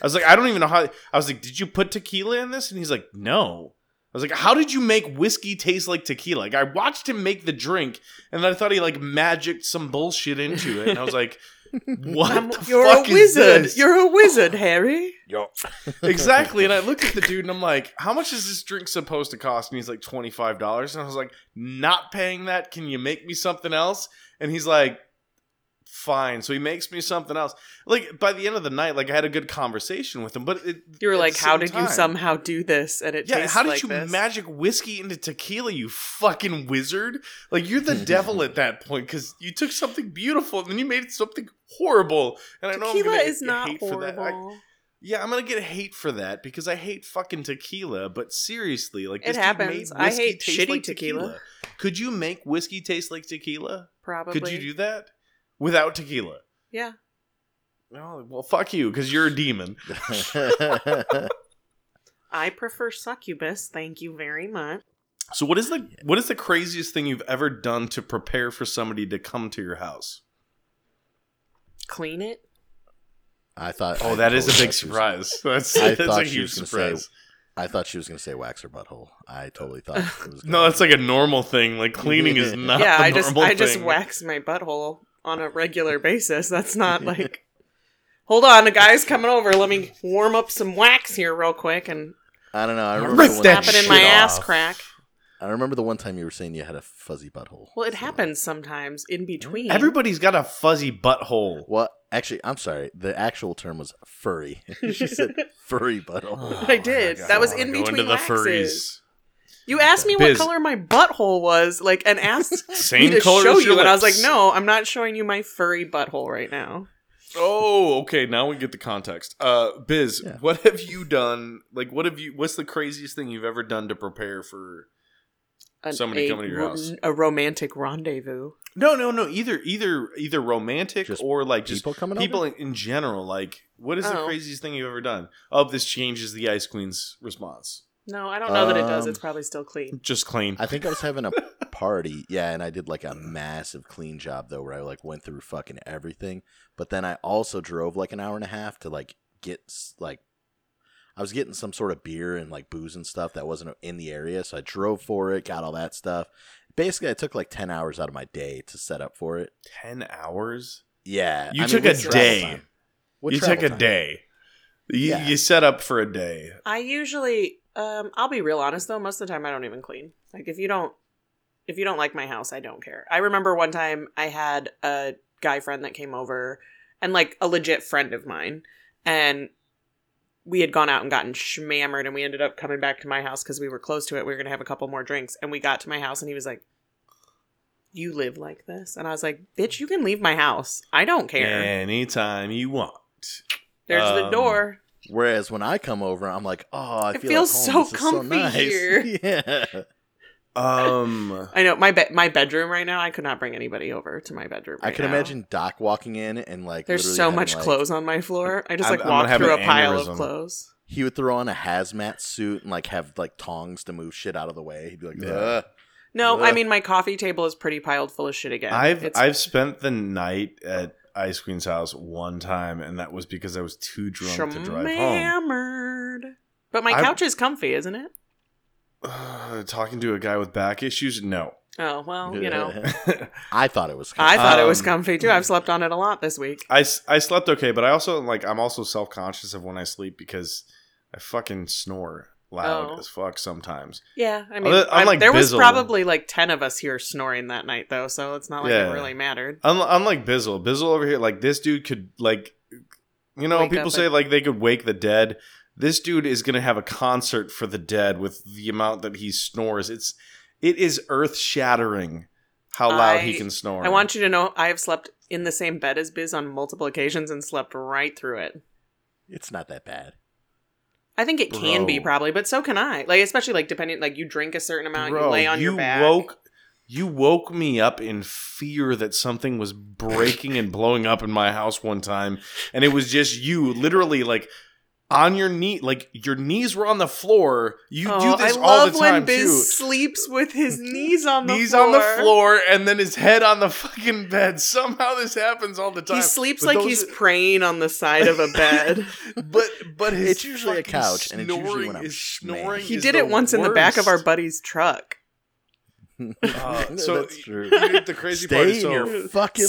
Speaker 4: I was like, I don't even know how. I was like, did you put tequila in this? And he's like, no. I was like, how did you make whiskey taste like tequila? Like, I watched him make the drink and I thought he like magicked some bullshit into it. And I was like, what
Speaker 3: I'm-
Speaker 4: the
Speaker 3: you're
Speaker 4: fuck
Speaker 3: a
Speaker 4: is
Speaker 3: wizard.
Speaker 4: this?
Speaker 3: You're a wizard, Harry.
Speaker 4: exactly. And I looked at the dude and I'm like, how much is this drink supposed to cost? And he's like, $25. And I was like, not paying that. Can you make me something else? And he's like, fine. So he makes me something else. Like by the end of the night, like I had a good conversation with him, but it,
Speaker 3: You were
Speaker 4: at the
Speaker 3: like, how
Speaker 4: same
Speaker 3: did
Speaker 4: time-
Speaker 3: you somehow do this? And it
Speaker 4: yeah,
Speaker 3: tastes
Speaker 4: how did
Speaker 3: like
Speaker 4: you
Speaker 3: this.
Speaker 4: magic whiskey into tequila, you fucking wizard? Like you're the devil at that point because you took something beautiful and then you made it something horrible. And I know I'm
Speaker 3: Tequila
Speaker 4: gonna
Speaker 3: is not
Speaker 4: hate for that. I-
Speaker 3: horrible.
Speaker 4: yeah, I'm gonna get hate for that because I hate fucking tequila. But seriously, like
Speaker 3: It
Speaker 4: this dude
Speaker 3: happens.
Speaker 4: made
Speaker 3: I
Speaker 4: whiskey
Speaker 3: hate
Speaker 4: taste
Speaker 3: shitty
Speaker 4: like
Speaker 3: tequila.
Speaker 4: Could you make whiskey taste like tequila?
Speaker 3: Probably.
Speaker 4: Could you do that without tequila?
Speaker 3: Yeah.
Speaker 4: No, well, fuck you, because you're a demon.
Speaker 3: I prefer succubus. Thank you very much.
Speaker 4: So what is the what is the craziest thing you've ever done to prepare for somebody to come to your house?
Speaker 3: Clean it.
Speaker 2: I thought.
Speaker 4: Oh,
Speaker 2: I
Speaker 4: that is a
Speaker 2: totally
Speaker 4: big
Speaker 2: thought she was-
Speaker 4: surprise. That's,
Speaker 2: I
Speaker 4: that's a
Speaker 2: thought she
Speaker 4: huge
Speaker 2: was gonna say- uh,
Speaker 4: surprise.
Speaker 2: I thought she was going to say wax her butthole. I totally thought it was
Speaker 4: No,
Speaker 2: gonna-
Speaker 4: that's like a normal thing. Like cleaning is not.
Speaker 3: yeah,
Speaker 4: the
Speaker 3: I just
Speaker 4: normal
Speaker 3: I just
Speaker 4: thing.
Speaker 3: wax my butthole on a regular basis. That's not like Hold on, the guy's coming over. Let me warm up some wax here real quick and
Speaker 2: I don't know. I remember,
Speaker 4: Rip
Speaker 2: the one
Speaker 4: that
Speaker 3: pop it in
Speaker 4: shit
Speaker 3: my
Speaker 4: off.
Speaker 3: ass crack.
Speaker 2: I remember the one time you were saying you had a fuzzy butthole.
Speaker 3: Well, it
Speaker 2: So-
Speaker 3: happens sometimes in between.
Speaker 4: Everybody's got a fuzzy butthole.
Speaker 2: Well, actually, I'm sorry. The actual term was furry. she said furry butthole.
Speaker 3: I
Speaker 4: Oh
Speaker 3: did. That was in between waxes. You asked me
Speaker 4: Biz.
Speaker 3: what color my butthole was, like, and asked
Speaker 4: furries.
Speaker 3: me
Speaker 4: Same
Speaker 3: to
Speaker 4: color
Speaker 3: show
Speaker 4: as
Speaker 3: you,
Speaker 4: your
Speaker 3: and I was like,
Speaker 4: lips.
Speaker 3: no, I'm not showing you my furry butthole right now.
Speaker 4: Oh, okay. Now we get the context. Uh, Biz,
Speaker 2: Yeah.
Speaker 4: what have you done? Like, what have you? What's the craziest thing you've ever done to prepare for?
Speaker 3: An-
Speaker 4: Somebody coming to your
Speaker 3: ro-
Speaker 4: house.
Speaker 3: A romantic rendezvous.
Speaker 4: No, no, no. Either, either, either romantic
Speaker 2: Just
Speaker 4: or like just
Speaker 2: people coming
Speaker 4: people
Speaker 2: over.
Speaker 4: in, in general. Like, what is the
Speaker 3: Oh.
Speaker 4: craziest thing you've ever done? Oh, this changes the Ice Queen's response.
Speaker 3: No, I don't know that it does.
Speaker 2: Um,
Speaker 3: It's probably still clean.
Speaker 4: Just clean.
Speaker 2: I think I was having a party, yeah, and I did like a massive clean job though, where I like went through fucking everything. But then I also drove like an hour and a half to like get s- like I was getting some sort of beer and like booze and stuff that wasn't in the area, so I drove for it, got all that stuff. Basically, I took like ten hours out of my day to set up for it.
Speaker 4: Ten hours.
Speaker 2: Yeah,
Speaker 4: You
Speaker 2: I mean,
Speaker 4: took
Speaker 2: with
Speaker 4: a
Speaker 2: travel
Speaker 4: day.
Speaker 2: time. With
Speaker 4: you
Speaker 2: travel
Speaker 4: took a
Speaker 2: time.
Speaker 4: day. You,
Speaker 2: Yeah.
Speaker 4: you set up for a day.
Speaker 3: I usually, um, I'll be real honest though. Most of the time, I don't even clean. Like if you don't, if you don't like my house, I don't care. I remember one time I had a guy friend that came over, and like a legit friend of mine, and we had gone out and gotten shmammered, and we ended up coming back to my house because we were close to it. We were gonna have a couple more drinks, and we got to my house, and he was like. You live like this, and I was like, "Bitch, you can leave my house. I don't care.
Speaker 4: Anytime you want.
Speaker 3: There's the
Speaker 4: um,
Speaker 3: door.
Speaker 2: Whereas when I come over, I'm like, oh, I
Speaker 3: It
Speaker 2: feel
Speaker 3: feels
Speaker 2: at home.
Speaker 3: so
Speaker 2: This is
Speaker 3: comfy
Speaker 2: nice."
Speaker 3: here.
Speaker 2: yeah,
Speaker 4: Um.
Speaker 3: I know my be- my bedroom right now. I could not bring anybody over to my bedroom.
Speaker 2: I
Speaker 3: right
Speaker 2: can
Speaker 3: now.
Speaker 2: imagine Doc walking in and like
Speaker 3: There's
Speaker 2: literally
Speaker 3: so
Speaker 2: having,
Speaker 3: much
Speaker 2: like,
Speaker 3: clothes on my floor. I just
Speaker 4: I'm-
Speaker 3: like
Speaker 4: I'm gonna
Speaker 3: walk
Speaker 4: have
Speaker 3: through a
Speaker 4: an
Speaker 3: pile
Speaker 4: aneurysm.
Speaker 3: of clothes.
Speaker 2: he would throw on a hazmat suit and like have like tongs to move shit out of the way. He'd be like,
Speaker 4: Yeah.
Speaker 2: "Ugh."
Speaker 3: No, I
Speaker 2: Ugh.
Speaker 3: mean my coffee table is pretty piled full of shit again.
Speaker 4: I've
Speaker 3: It's-
Speaker 4: I've spent the night at Ice Queen's house one time, and that was because I was too drunk to drive home.
Speaker 3: Shammered. But my
Speaker 4: I've-
Speaker 3: couch is comfy, isn't it?
Speaker 4: Ugh, talking to a guy with back issues, no.
Speaker 3: Oh well, you know.
Speaker 2: I thought it was.
Speaker 3: I thought it was
Speaker 4: Um,
Speaker 3: comfy too. I've slept on it a lot this week.
Speaker 4: I, s- I slept okay, but I also like I'm also self conscious of when I sleep because I fucking snore loud
Speaker 3: Oh.
Speaker 4: as fuck sometimes.
Speaker 3: Yeah, I mean,
Speaker 4: I'm
Speaker 3: I'm-
Speaker 4: like
Speaker 3: there was
Speaker 4: Bizzle.
Speaker 3: probably like ten of us here snoring that night though, so it's not like
Speaker 4: Yeah.
Speaker 3: it really mattered.
Speaker 4: Un- unlike Bizzle, Bizzle over here, like this dude could like, you know,
Speaker 3: Wake
Speaker 4: people
Speaker 3: up
Speaker 4: say
Speaker 3: and-
Speaker 4: like they could wake the dead. This dude is gonna have a concert for the dead with the amount that he snores. It's it is earth shattering how loud he
Speaker 3: I-
Speaker 4: can snore.
Speaker 3: I want you to know I have slept in the same bed as Biz on multiple occasions and slept right through it.
Speaker 2: It's not that bad.
Speaker 3: I think it can be
Speaker 4: Bro.
Speaker 3: probably, but so can I. Like especially like depending like you drink a certain amount, you lay on your back.
Speaker 4: woke you woke me up in fear that something was breaking and blowing up in my house one time, and it was just you, literally like on your knee, like your knees were on the floor. You
Speaker 3: Oh,
Speaker 4: do this
Speaker 3: I
Speaker 4: all
Speaker 3: love
Speaker 4: the
Speaker 3: when
Speaker 4: time
Speaker 3: Biz
Speaker 4: too.
Speaker 3: sleeps with his knees on the
Speaker 4: knees
Speaker 3: floor.
Speaker 4: on the floor and then his head on the fucking bed. Somehow this happens all the time.
Speaker 3: He sleeps
Speaker 4: But
Speaker 3: like
Speaker 4: those-
Speaker 3: he's praying on the side of a bed.
Speaker 4: but but his
Speaker 2: It's usually a
Speaker 4: fucking
Speaker 2: couch, and it's usually
Speaker 4: snoring
Speaker 2: when I'm
Speaker 4: is
Speaker 2: smashed.
Speaker 4: snoring.
Speaker 3: he
Speaker 4: is
Speaker 3: did
Speaker 4: the
Speaker 3: it once in the back of our
Speaker 4: worst.
Speaker 3: buddy's truck.
Speaker 4: Uh, so-
Speaker 2: that's true.
Speaker 4: the crazy part
Speaker 2: Stay
Speaker 4: is
Speaker 2: in
Speaker 4: so-
Speaker 2: your fucking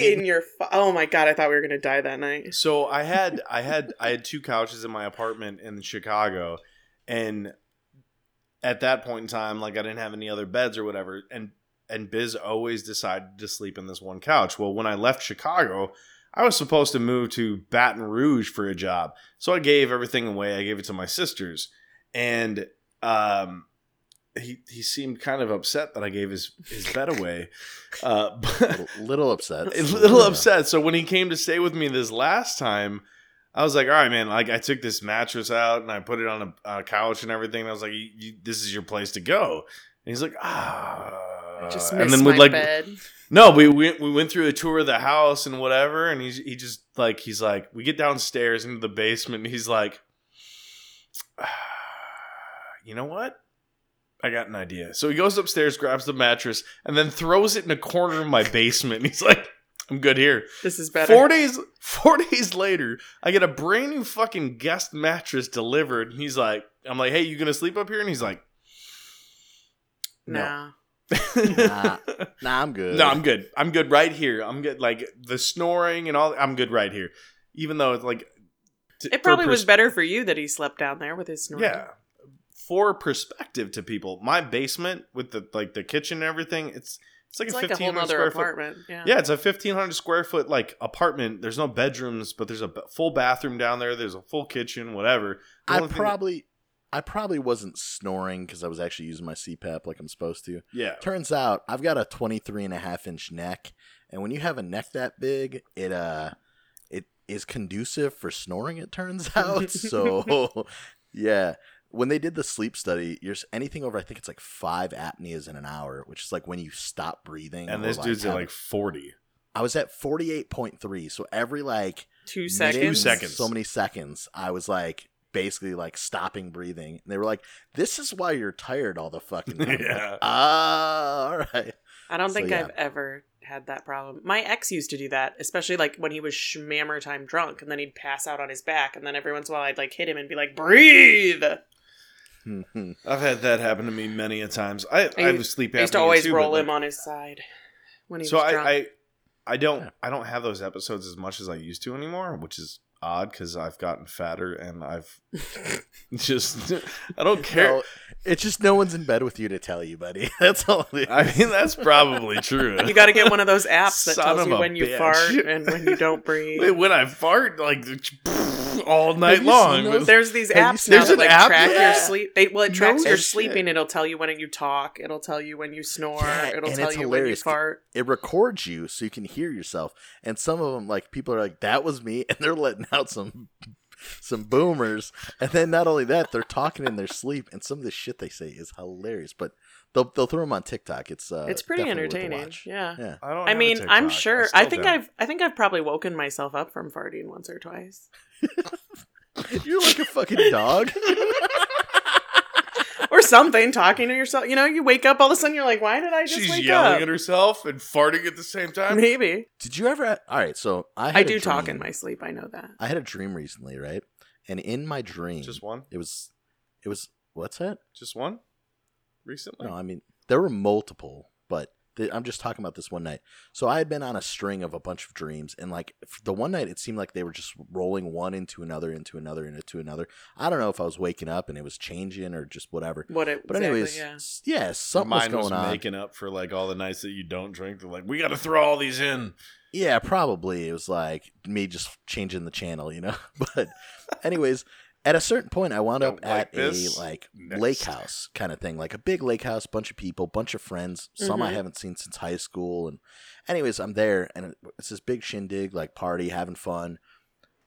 Speaker 2: lane.
Speaker 3: in your. Fu- oh my god! I thought we were gonna die that night.
Speaker 4: So I had I had I had two couches in my apartment in Chicago, and at that point in time, like I didn't have any other beds or whatever, and and Biz always decided to sleep in this one couch. Well, when I left Chicago, I was supposed to move to Baton Rouge for a job, so I gave everything away. I gave it to my sisters, and um, he he seemed kind of upset that I gave his his bed away. Uh, but,
Speaker 2: little, little upset.
Speaker 4: a little
Speaker 2: Yeah.
Speaker 4: upset. So when he came to stay with me this last time, I was like, "All right, man. Like, I took this mattress out and I put it on a, a couch and everything." And I was like, you, you, "This is your place to go." And he's like, "Ah."
Speaker 3: I just
Speaker 4: And
Speaker 3: missed
Speaker 4: then
Speaker 3: my
Speaker 4: we'd, like,
Speaker 3: bed.
Speaker 4: No, we went we went through a tour of the house and whatever, and he's he just like he's like we get downstairs into the basement, and he's like, "Ah, "You know what?" I got an idea. So he goes upstairs, grabs the mattress, and then throws it in a corner of my basement. He's like, "I'm good here."
Speaker 3: This is better.
Speaker 4: Four days, four days later, I get a brand new fucking guest mattress delivered, and he's like, "I'm like, hey, you gonna sleep up here?" And he's like, "No,
Speaker 3: Nah.
Speaker 4: no,
Speaker 2: Nah. Nah, I'm good.
Speaker 4: I'm good. I'm good right here. I'm good. Like the snoring and all. I'm good right here. Even though it's like, t-
Speaker 3: It probably
Speaker 4: for
Speaker 3: was
Speaker 4: pers-
Speaker 3: better for you that he slept down there with his snoring.
Speaker 4: Yeah, for perspective to people, my basement with the like the kitchen and everything, it's it's like
Speaker 3: It's
Speaker 4: a
Speaker 3: like a
Speaker 4: fifteen
Speaker 3: whole
Speaker 4: hundred square
Speaker 3: other
Speaker 4: foot
Speaker 3: apartment. Yeah.
Speaker 4: Yeah, it's a fifteen hundred square foot like apartment. There's no bedrooms, but there's a b- full bathroom down there. There's a full kitchen, whatever. The
Speaker 2: I
Speaker 4: only thing-
Speaker 2: probably, I probably wasn't snoring because I was actually using my CPAP like I'm supposed to.
Speaker 4: yeah.
Speaker 2: Turns out I've got a 23 and a half inch neck, and when you have a neck that big, it uh, it is conducive for snoring. It turns out. so, yeah, when they did the sleep study, you're s- anything over I think it's like five apneas in an hour, which is like when you stop breathing.
Speaker 4: And
Speaker 2: or,
Speaker 4: this dude's at
Speaker 2: have-
Speaker 4: like 40.
Speaker 2: I was at forty eight point three, so every like
Speaker 3: Two
Speaker 2: minute
Speaker 3: seconds.
Speaker 2: and
Speaker 4: seconds.
Speaker 2: so many seconds, I was like basically like stopping breathing. And they were like, "This is why you're tired all the fucking time." I'm like,
Speaker 4: Yeah.
Speaker 2: Ah, all right.
Speaker 3: I don't
Speaker 2: So,
Speaker 3: think
Speaker 2: yeah.
Speaker 3: I've ever had that problem. My ex used to do that, especially like when he was shmammer time drunk, and then he'd pass out on his back, and then every once in a while I'd like hit him and be like, "Breathe."
Speaker 2: Mhm.
Speaker 4: I've had that happen to me many a times. I, I,
Speaker 3: I
Speaker 4: was sleep
Speaker 3: I used to
Speaker 4: apnea
Speaker 3: always
Speaker 4: too, but,
Speaker 3: roll
Speaker 4: like,
Speaker 3: him on his side when he
Speaker 4: so
Speaker 3: was
Speaker 4: I,
Speaker 3: drunk.
Speaker 4: I I don't I don't have those episodes as much as I used to anymore, which is odd because I've gotten fatter and I've just I don't care.
Speaker 2: No, it's just no one's in bed with you to tell you, buddy. That's all. It is.
Speaker 4: I mean that's probably true.
Speaker 3: you got to get one of those apps that
Speaker 4: Son
Speaker 3: tells
Speaker 4: of
Speaker 3: you
Speaker 4: a
Speaker 3: when you
Speaker 4: bitch.
Speaker 3: fart and when you don't breathe.
Speaker 4: Wait, when I fart like all
Speaker 2: Have
Speaker 4: night
Speaker 2: you
Speaker 4: long.
Speaker 2: seen those?
Speaker 3: There's these
Speaker 2: Have you
Speaker 3: apps
Speaker 2: seen
Speaker 3: now
Speaker 4: There's
Speaker 3: that
Speaker 4: an
Speaker 3: like
Speaker 4: app?
Speaker 3: track
Speaker 4: Yeah.
Speaker 3: your sleep. They well, it
Speaker 4: No
Speaker 3: tracks your
Speaker 4: shit.
Speaker 3: sleeping. It'll tell you when you talk. It'll tell you when you snore.
Speaker 2: Yeah,
Speaker 3: it'll
Speaker 2: and
Speaker 3: tell
Speaker 2: it's
Speaker 3: you when you
Speaker 2: hilarious.
Speaker 3: fart.
Speaker 2: It records you so you can hear yourself. And some of them, like people are like, "That was me," and they're letting out some some boomers. And then not only that, they're talking in their sleep, and some of the shit they say is hilarious. But they'll they'll throw them on TikTok. It's uh,
Speaker 3: it's pretty
Speaker 2: definitely worth a
Speaker 3: entertaining.
Speaker 2: watch.
Speaker 3: Yeah.
Speaker 2: Yeah.
Speaker 4: I don't
Speaker 3: I
Speaker 4: have a
Speaker 3: mean, I'm
Speaker 4: TikTok.
Speaker 3: sure.
Speaker 4: still
Speaker 3: I, think
Speaker 4: don't.
Speaker 3: I've I think I've probably woken myself up from farting once or twice,
Speaker 2: You're like a fucking dog.
Speaker 3: or something. Talking to yourself, you know, you wake up all of a sudden. You're like, why did I just
Speaker 4: She's
Speaker 3: wake
Speaker 4: yelling
Speaker 3: up?
Speaker 4: at herself and farting at the same time.
Speaker 3: Maybe
Speaker 2: Did you ever? All right, so I had
Speaker 3: I
Speaker 2: a
Speaker 3: do talk
Speaker 2: dream.
Speaker 3: in my sleep. I know that.
Speaker 2: I had a dream recently, right? And in my dream,
Speaker 4: Just one?
Speaker 2: it was it was what's that?
Speaker 4: Just one? Recently?
Speaker 2: No, I mean there were multiple, but th- I'm just talking about this one night. So I had been on a string of a bunch of dreams, and like f- the one night, it seemed like they were just rolling one into another, into another, into another. I don't know if I was waking up and it was changing or just whatever.
Speaker 3: What it?
Speaker 2: But
Speaker 3: exactly,
Speaker 2: anyways,
Speaker 3: yeah.
Speaker 2: s- yeah, something
Speaker 4: Mine
Speaker 2: was going on.
Speaker 4: making up for like all the nights that you don't drink. They're like, we got to throw all these in.
Speaker 2: Yeah, probably. It was like me just changing the channel, you know? But, anyways, at a certain point, I wound up
Speaker 4: Don't like
Speaker 2: at
Speaker 4: this?
Speaker 2: a like
Speaker 4: Next.
Speaker 2: lake house kind of thing, like a big lake house, bunch of people, bunch of friends, some I
Speaker 4: Mm-hmm.
Speaker 3: Mhm.
Speaker 2: haven't seen since high school. And, anyways, I'm there and it- it's this big shindig, like party, having fun.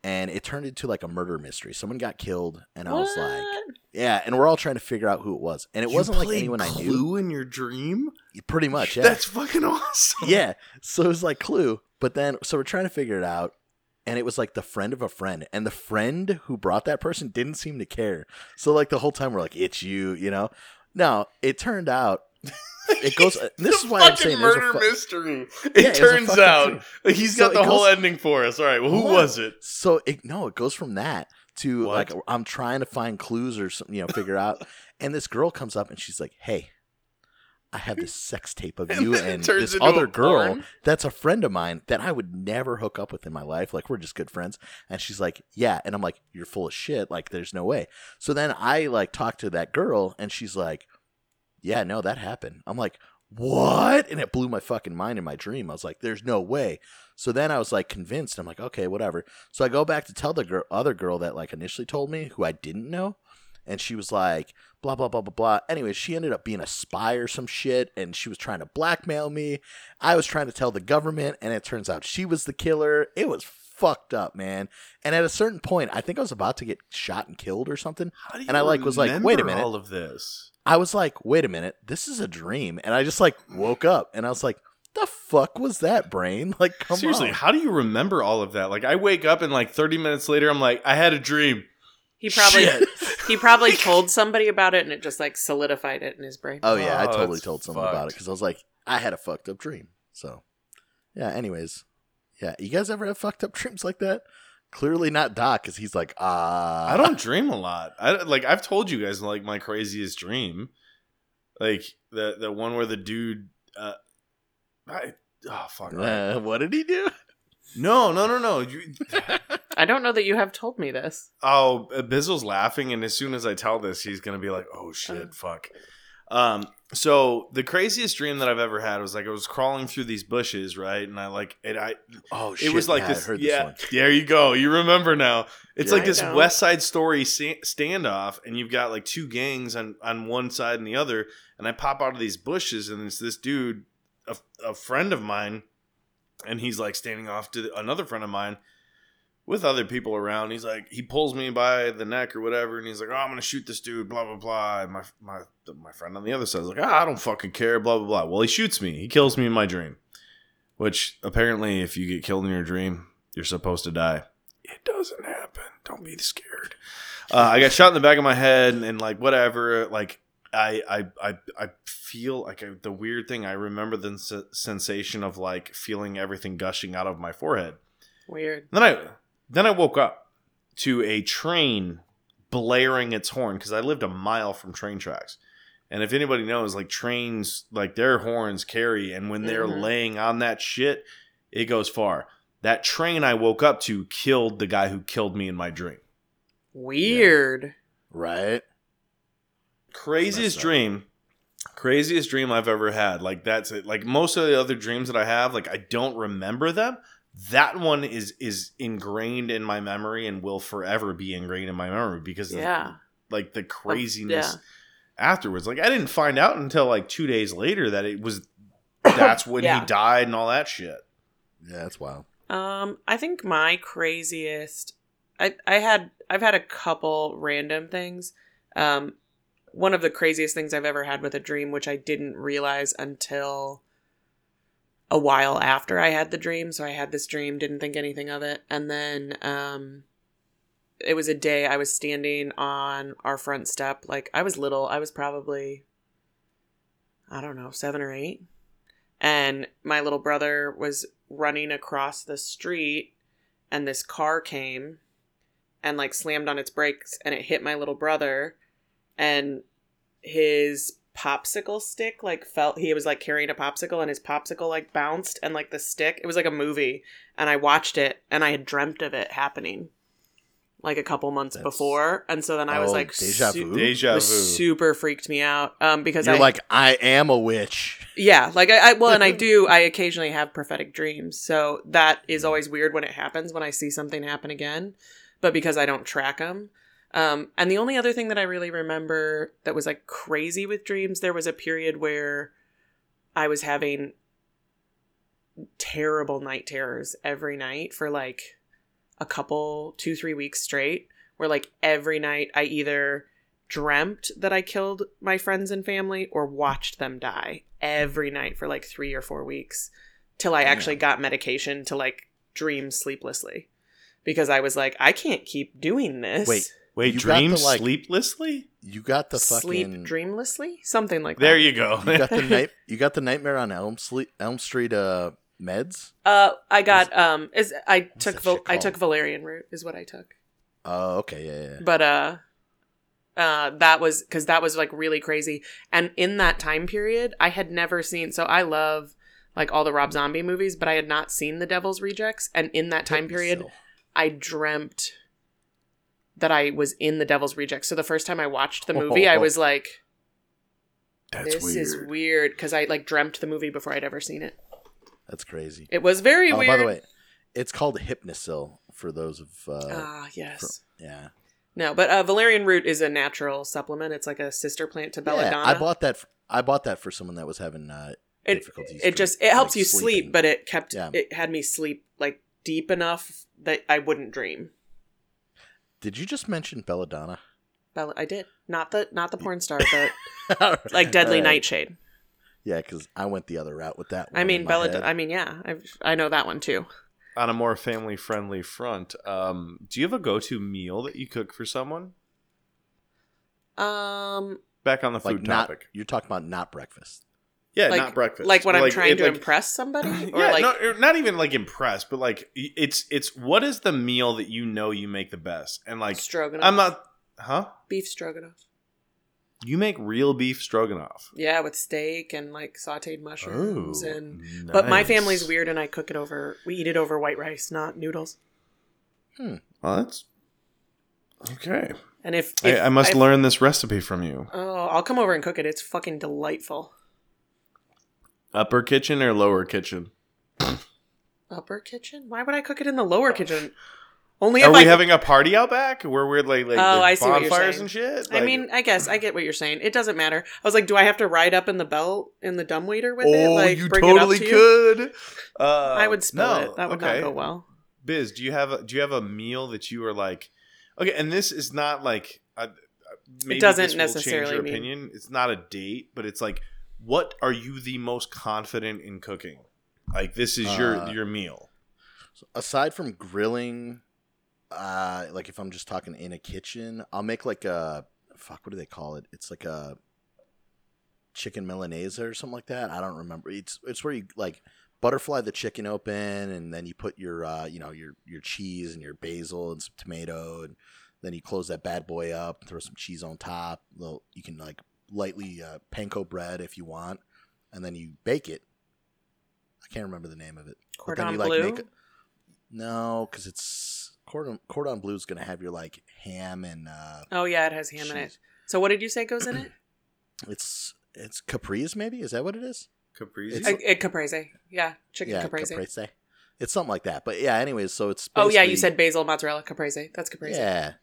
Speaker 2: And it turned into like a murder mystery. Someone got killed, and I was like,
Speaker 3: What?
Speaker 2: yeah, and we're all trying to figure out who it was. And it wasn't like anyone I knew.
Speaker 4: in your dream.
Speaker 2: Pretty much, yeah
Speaker 4: That's fucking awesome.
Speaker 2: yeah. So it was like Clue, but then so we're trying to figure it out, and it was like the friend of a friend, and the friend who brought that person didn't seem to care. So like the whole time we're like, it's you, you know. Now it turned out it goes. this is why I'm
Speaker 4: fucking
Speaker 2: saying there's a
Speaker 4: murder
Speaker 2: fu-
Speaker 4: mystery. It
Speaker 2: Yeah, it was a
Speaker 4: turns
Speaker 2: fucking
Speaker 4: out that he's
Speaker 2: So
Speaker 4: got the
Speaker 2: it
Speaker 4: whole
Speaker 2: goes-
Speaker 4: ending for us. All right. Well, who
Speaker 2: Hold on.
Speaker 4: was it?
Speaker 2: So it no, it goes from that to
Speaker 4: What?
Speaker 2: like I'm trying to find clues or something, you know, figure out. And this girl comes up and she's like, "Hey, I have this sex tape of
Speaker 4: And
Speaker 2: you
Speaker 4: then it
Speaker 2: and
Speaker 4: turns
Speaker 2: this
Speaker 4: into
Speaker 2: other
Speaker 4: a
Speaker 2: girl
Speaker 4: porn?
Speaker 2: that's a friend of mine that I would never hook up with in my life. Like we're just good friends." And she's like, "Yeah," and I'm like, "You're full of shit. Like there's no way." So then I like talk to that girl and she's like, "Yeah, no, that happened." I'm like. What? And it blew my fucking mind in my dream. I was like, there's no way. So then I was like convinced. I'm like, okay, whatever. So I go back to tell the girl, other girl that like initially told me, who I didn't know, and she was like, blah blah blah blah blah. Anyway, she ended up being a spy or some shit, and she was trying to blackmail me. I was trying to tell the government, and it turns out she was the killer. It was fucked up, man. And at a certain point, I think I was about to get shot and killed or something.
Speaker 4: How do
Speaker 2: And I, like, was like, wait a
Speaker 4: remember
Speaker 2: minute.
Speaker 4: All of this.
Speaker 2: I was like, wait a minute, this is a dream, and I just like woke up, and I was like. The fuck was that brain? Like, come
Speaker 4: Seriously,
Speaker 2: on.
Speaker 4: how do you remember all of that? Like, I wake up and like 30 minutes later, I'm like, I had a dream.
Speaker 3: He probably
Speaker 2: Shit.
Speaker 3: he probably told somebody about it, and it just like solidified it in his brain.
Speaker 2: Oh yeah, I
Speaker 4: Oh,
Speaker 2: totally
Speaker 4: that's
Speaker 2: told someone about it
Speaker 4: fucked.
Speaker 2: because I was like, I had a fucked up dream. So, yeah. Anyways, yeah. You guys ever have fucked up dreams like that? Clearly not Doc, because he's like, ah,
Speaker 4: I don't dream a lot. I like I've told you guys like my craziest dream, like the the one where the dude, uh, I oh fuck,
Speaker 2: Uh, what did he do?
Speaker 4: no no no no. You,
Speaker 3: I don't know that you have told me this.
Speaker 4: oh, Bizzle's laughing, and as soon as I tell this, he's gonna be like, oh shit, fuck. Um, so the craziest dream that I've ever had was like I was crawling through these bushes, right, and I like it. I
Speaker 2: Oh
Speaker 4: it was like
Speaker 2: yeah,
Speaker 4: this.
Speaker 2: I heard
Speaker 4: yeah,
Speaker 2: this one.
Speaker 4: there you go. You remember now. It's
Speaker 2: Yeah.
Speaker 4: like this
Speaker 3: I know.
Speaker 4: West Side Story sa- standoff, and you've got like two gangs on on one side and the other. And I pop out of these bushes, and it's this dude, a, a friend of mine, and he's like standing off to the, another friend of mine. with other people around. He's like, he pulls me by the neck or whatever, and he's like, "Oh, I'm gonna shoot this dude." Blah blah blah. And my my my friend on the other side is like, "Ah, I don't fucking care." Blah blah blah. Well, he shoots me. He kills me in my dream. Which apparently, if you get killed in your dream, you're supposed to die. It doesn't happen. Don't be scared. Uh, I got shot in the back of my head and, and like whatever. Like I I I I feel like I, the weird thing. I remember the s- sensation of like feeling everything gushing out of my forehead.
Speaker 3: Weird.
Speaker 4: Then I then I woke up to a train blaring its horn because I lived a mile from train tracks. And if anybody knows, like trains, like their horns carry, and when they're
Speaker 3: Mhm.
Speaker 4: laying on that shit, it goes far. That train I woke up to killed the guy who killed me in my dream.
Speaker 3: Weird.
Speaker 2: Right?
Speaker 4: Craziest
Speaker 2: Messed up.
Speaker 4: dream, craziest dream I've ever had. Like that's it. Like most of the other dreams that I have, like I don't remember them. That one is is ingrained in my memory and will forever be ingrained in my memory because of
Speaker 3: Yeah.
Speaker 4: like the craziness afterwards. Like I didn't find out until like two days later that it was that's when
Speaker 3: Yeah.
Speaker 4: he died and all that shit.
Speaker 2: Yeah, that's wild.
Speaker 3: Um, I think my craziest I I had I've had a couple random things. Um one of the craziest things I've ever had with a dream, which I didn't realize until a while after I had the dream. So I had this dream, didn't think anything of it. And then um it was a day I was standing on our front step. Like I was little, I was probably I don't know, seven or eight. And my little brother was running across the street and this car came and like slammed on its brakes and it hit my little brother and his popsicle stick like felt he was like carrying a popsicle and his popsicle like bounced and like the stick it was like a movie and i watched it and i had dreamt of it happening like a couple months
Speaker 2: That's-
Speaker 3: before and so then i was
Speaker 2: Oh,
Speaker 3: like
Speaker 2: deja
Speaker 3: su-
Speaker 2: vu?
Speaker 4: Deja vu.
Speaker 3: was super freaked me out um because
Speaker 2: You're
Speaker 3: I,
Speaker 2: like, I am a witch.
Speaker 3: yeah, like I, I well, and I do. I occasionally have prophetic dreams, so that is always weird when it happens. When I see something happen again, but because I don't track them. Um, and the only other thing that I really remember that was like crazy with dreams, there was a period where I was having terrible night terrors every night for like a couple, two, three weeks straight, where like every night I either dreamt that I killed my friends and family or watched them die every night for like three or four weeks till I
Speaker 2: Damn.
Speaker 3: actually got medication to like dream sleeplessly because I was like, I can't keep doing this.
Speaker 2: Wait,
Speaker 4: Wait,
Speaker 2: You got
Speaker 4: dream
Speaker 2: the, like-
Speaker 4: sleeplessly?
Speaker 2: You got the fucking
Speaker 3: sleep dreamlessly, something like
Speaker 4: There
Speaker 3: that.
Speaker 4: you go.
Speaker 2: You got the night. You got the Nightmare on Elm Street. Elm Street uh, meds.
Speaker 3: Uh, I got um, is I
Speaker 2: What's
Speaker 3: took
Speaker 2: that
Speaker 3: val-
Speaker 2: shit
Speaker 3: I
Speaker 2: called?
Speaker 3: took valerian root is what I took,
Speaker 2: Oh, okay, yeah, yeah, yeah.
Speaker 3: but uh, uh, that was because that was like really crazy. And in that time period, I had never seen. So I love like all the Rob Zombie movies, but I had not seen The Devil's Rejects. And in that time period,
Speaker 2: So,
Speaker 3: I dreamt that I was in The Devil's Rejects. So the first time I watched
Speaker 2: Oh,
Speaker 3: the movie, I was like,
Speaker 4: That's
Speaker 3: "This is weird," because I like dreamt the movie before I'd ever seen it.
Speaker 2: that's crazy.
Speaker 3: It was very
Speaker 2: Oh,
Speaker 3: weird.
Speaker 2: by the way, it's called Hypnosil for those of uh,
Speaker 3: ah, yes.
Speaker 2: yeah.
Speaker 3: No, but uh, valerian root is a natural supplement. It's like a sister plant to belladonna.
Speaker 2: yeah. I bought that. f- I bought that for someone that was having uh,
Speaker 3: it.
Speaker 2: difficulties.
Speaker 3: It
Speaker 2: dr-
Speaker 3: just it helps
Speaker 2: like,
Speaker 3: you sleep,
Speaker 2: sleeping.
Speaker 3: but it kept
Speaker 2: Yeah.
Speaker 3: it had me sleep like deep enough that I wouldn't dream.
Speaker 2: Did you just mention Belladonna?
Speaker 3: Bella, I did not the not the porn star, but like Deadly
Speaker 2: Alright.
Speaker 3: Nightshade.
Speaker 2: Yeah, because I went the other route with that. One
Speaker 3: I mean
Speaker 2: in my
Speaker 3: Belladonna. I
Speaker 2: head.
Speaker 3: mean yeah, I I know that one too.
Speaker 4: on a more family friendly front, um, do you have a go to meal that you cook for someone?
Speaker 3: Um,
Speaker 4: Back on the
Speaker 2: Like
Speaker 4: food
Speaker 2: not.
Speaker 4: topic.
Speaker 2: You're talking about not breakfast.
Speaker 4: Yeah,
Speaker 3: like,
Speaker 4: not breakfast.
Speaker 3: Like when I'm trying
Speaker 4: it-
Speaker 3: to
Speaker 4: like-
Speaker 3: impress somebody, or
Speaker 4: yeah,
Speaker 3: like
Speaker 4: not, not even like impressed, but like y- it's it's what is the meal that you know you make the best? And like
Speaker 3: stroganoff.
Speaker 4: I'm not huh?
Speaker 3: beef stroganoff.
Speaker 4: You make real beef stroganoff.
Speaker 3: Yeah, with steak and like sautéed mushrooms and But my
Speaker 4: Oh, nice.
Speaker 3: family's weird, and I cook it over. We eat it over white rice, not noodles.
Speaker 4: Well, that's okay.
Speaker 3: And if,
Speaker 4: I,
Speaker 3: if
Speaker 4: I must
Speaker 3: if-
Speaker 4: learn this recipe from you.
Speaker 3: Oh, I'll come over and cook it. It's fucking delightful.
Speaker 4: Upper kitchen or lower kitchen?
Speaker 3: Upper kitchen? Why would I cook it in the lower kitchen? Only if
Speaker 4: Are
Speaker 3: I.
Speaker 4: we having a party out back where we're like, like
Speaker 3: Oh,
Speaker 4: there's
Speaker 3: I see what you're
Speaker 4: bonfires
Speaker 3: saying.
Speaker 4: and shit?
Speaker 3: I
Speaker 4: Like-
Speaker 3: mean, I guess I get what you're saying. It doesn't matter. I was like, do I have to ride up in the bell in the dumbwaiter with it? Like, bring it up to you?
Speaker 4: Oh, could. Uh,
Speaker 3: I would spill
Speaker 4: no,
Speaker 3: it. That would
Speaker 4: okay.
Speaker 3: not go well.
Speaker 4: Biz, do you have a, do you have a meal that you are like, okay? And this is not like uh, maybe
Speaker 3: doesn't
Speaker 4: this will change
Speaker 3: necessarily
Speaker 4: your
Speaker 3: mean-
Speaker 4: opinion. It's not a date, but it's like, what are you the most confident in cooking? Like this is your
Speaker 2: Uh,
Speaker 4: your meal.
Speaker 2: aside from grilling, uh, like if I'm just talking in a kitchen, I'll make like a fuck. What do they call it? It's like a chicken milanese or something like that. I don't remember. It's it's where you like butterfly the chicken open and then you put your uh, you know your your cheese and your basil and some tomato and then you close that bad boy up, throw some cheese on top. Little, you can like lightly uh, panko bread if you want, and then you bake it. I can't remember the name of it. But then
Speaker 3: Cordon
Speaker 2: you, like,
Speaker 3: bleu.
Speaker 2: make a- no, because it's cordon cordon bleu is gonna have your like ham and uh,
Speaker 3: oh yeah, it has ham in it.
Speaker 2: cheese.
Speaker 3: So what did you say goes in it?
Speaker 2: It's it's caprese maybe is that what it is?
Speaker 4: Caprese.
Speaker 2: It's-
Speaker 3: a, a Uh, caprese. Yeah, chicken
Speaker 2: yeah,
Speaker 3: caprese.
Speaker 2: It's something like that. But yeah, anyways, so it's
Speaker 3: Oh yeah,
Speaker 2: basically-
Speaker 3: you said basil mozzarella caprese. That's caprese.
Speaker 2: yeah.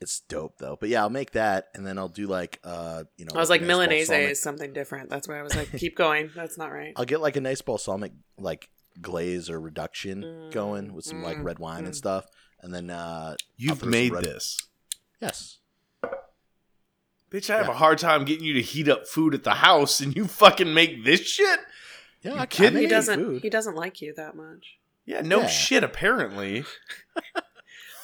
Speaker 2: It's dope though. But yeah, I'll make that and then I'll do like uh you know
Speaker 3: I was like
Speaker 2: a nice
Speaker 3: Milanese
Speaker 2: balsamic-
Speaker 3: is something different. That's why I was like, keep going. That's not right.
Speaker 2: I'll get like a nice balsamic like glaze or reduction
Speaker 3: Mm,
Speaker 2: going with some like
Speaker 3: mm,
Speaker 2: red wine and
Speaker 3: mm.
Speaker 2: stuff. And then uh
Speaker 4: You've
Speaker 2: throw some
Speaker 4: made
Speaker 2: red-
Speaker 4: this.
Speaker 2: yes.
Speaker 4: Bitch, I have
Speaker 2: Yeah.
Speaker 4: a hard time getting you to heat up food at the house, and you fucking make this shit.
Speaker 2: Yeah,
Speaker 4: You
Speaker 2: I- I
Speaker 4: kidding?
Speaker 2: make
Speaker 4: He
Speaker 3: He
Speaker 2: any
Speaker 3: doesn't.
Speaker 2: food.
Speaker 3: He doesn't like you that much.
Speaker 4: Yeah, no
Speaker 2: Yeah.
Speaker 4: shit. Apparently,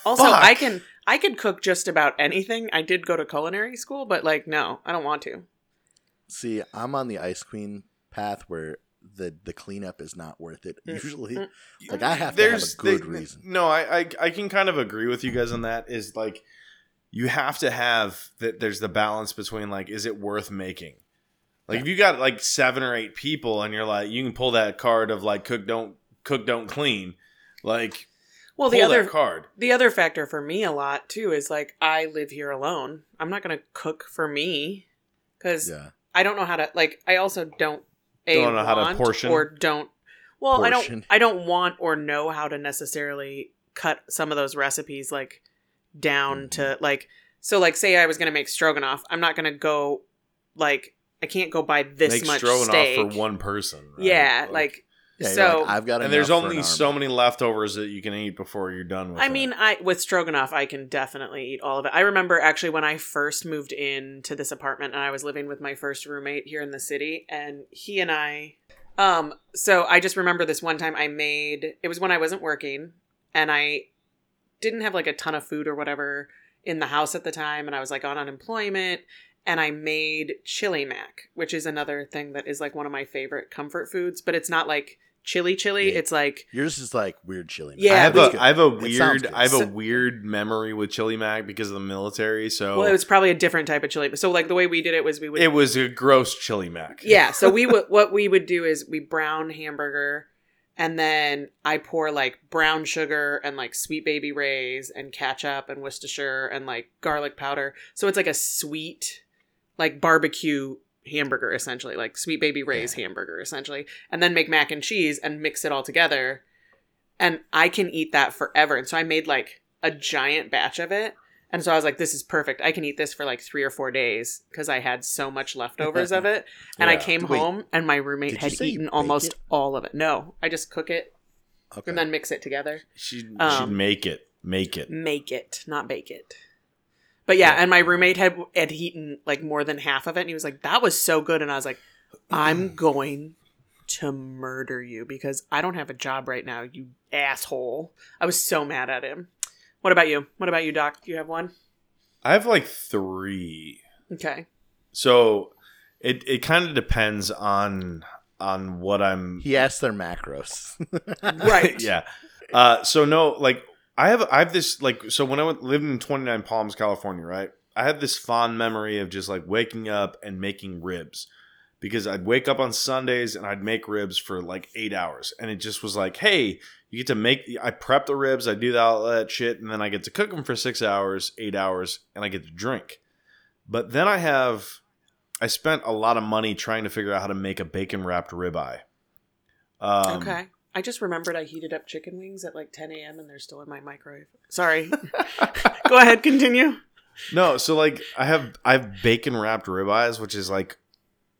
Speaker 3: Also,
Speaker 4: Fuck.
Speaker 3: I can. I could cook just about anything. I did go to culinary school, but like, no, I don't want to.
Speaker 2: See, I'm on the ice queen path where the the cleanup is not worth it.
Speaker 3: Mm,
Speaker 2: Usually,
Speaker 3: mm.
Speaker 2: Like, I have to have a good
Speaker 4: they-
Speaker 2: reason.
Speaker 4: No, I, I I can kind of agree with you guys on that. Is like you have to have that. There's the balance between like, is it worth making? Like if you got like seven or eight people, and you're like, you can pull that card of like cook don't cook don't clean, like
Speaker 3: Well, the
Speaker 4: pull
Speaker 3: other
Speaker 4: that card.
Speaker 3: the other factor for me a lot too is like I live here alone. I'm not gonna cook for me because
Speaker 2: yeah,
Speaker 3: I don't know how to like. I also don't a,
Speaker 4: Don't know how to
Speaker 3: want
Speaker 4: portion?
Speaker 3: or don't. Well, I don't.
Speaker 2: Portion.
Speaker 3: I don't want or know how to necessarily cut some of those recipes like down
Speaker 4: Mm-hmm.
Speaker 3: to like. So like, say I was gonna make stroganoff. I'm not gonna go like I can't go buy this
Speaker 4: Make
Speaker 3: much
Speaker 4: stroganoff
Speaker 3: steak.
Speaker 4: for one person. right?
Speaker 3: Yeah, like
Speaker 2: yeah. you're
Speaker 3: So-
Speaker 2: like, I've got
Speaker 4: and there's
Speaker 2: enough for an
Speaker 4: only
Speaker 2: army.
Speaker 4: so many leftovers that you can eat before you're done with.
Speaker 3: I
Speaker 4: it.
Speaker 3: mean, I with stroganoff, I can definitely eat all of it. I remember actually when I first moved into this apartment, and I was living with my first roommate here in the city, and he and I. Um, so I just remember this one time I made. It was when I wasn't working, and I didn't have like a ton of food or whatever in the house at the time, and I was like on unemployment. And I made chili mac, which is another thing that is like one of my favorite comfort foods, but it's not like chili chili.
Speaker 2: Yeah.
Speaker 3: It's like
Speaker 2: Yours is like weird chili.
Speaker 3: Yeah,
Speaker 4: I have
Speaker 3: it was
Speaker 4: a I have a
Speaker 2: It
Speaker 4: weird
Speaker 2: sounds good.
Speaker 4: I have
Speaker 3: So-
Speaker 4: a weird memory with Chili Mac because of the military. So
Speaker 3: Well, it was probably a different type of chili. So like the way we did it was we would
Speaker 4: a gross Chili Mac.
Speaker 3: Yeah, so we would what we would do is we brown hamburger and then I pour like brown sugar and like sweet baby rays and ketchup and Worcestershire and like garlic powder. So it's like a sweet like barbecue hamburger essentially, like sweet baby rays hamburger essentially, and then make mac and cheese and mix it all together. And I can eat that forever. And so I made like a giant batch of it. And so I was like, this is perfect. I can eat this for like three or four days because I had so much leftovers of it. And I
Speaker 4: Yeah.
Speaker 3: came
Speaker 2: Wait,
Speaker 3: home and my roommate
Speaker 2: did you
Speaker 3: had
Speaker 2: say you
Speaker 3: eaten
Speaker 2: bake
Speaker 3: almost
Speaker 2: it?
Speaker 3: all of it. No, I just cook it
Speaker 2: Okay.
Speaker 3: and then mix it together.
Speaker 4: She'd, she'd
Speaker 3: Um, Mm.
Speaker 4: make it. Make it.
Speaker 3: Make it, not bake it. But yeah,
Speaker 4: Yeah.
Speaker 3: and my roommate had had eaten like more than half of it and he was like, that was so good. And I was like, I'm going to murder you because I don't have a job right now, you asshole. I was so mad at him. What about you? What about you, Doc? Do you have one?
Speaker 4: I have like three.
Speaker 3: Okay.
Speaker 4: So it it kind of depends on on what I'm
Speaker 2: he asked their macros.
Speaker 3: Right.
Speaker 4: yeah. Uh, so no, like I have I have this like so when I went, lived in Twenty Nine Palms, California, right? I had this fond memory of just like waking up and making ribs because I'd wake up on Sundays and I'd make ribs for like eight hours, and it just was like, hey, you get to make. I prep the ribs, I do that, all that shit, and then I get to cook them for six hours, eight hours, and I get to drink. But then I have. I spent a lot of money trying to figure out how to make a bacon wrapped ribeye. Um,
Speaker 3: okay. I just remembered I heated up chicken wings at like 10 a.m. and they're still in my microwave. Sorry. Go ahead, continue.
Speaker 4: No, so like I have I have bacon wrapped ribeyes, which is like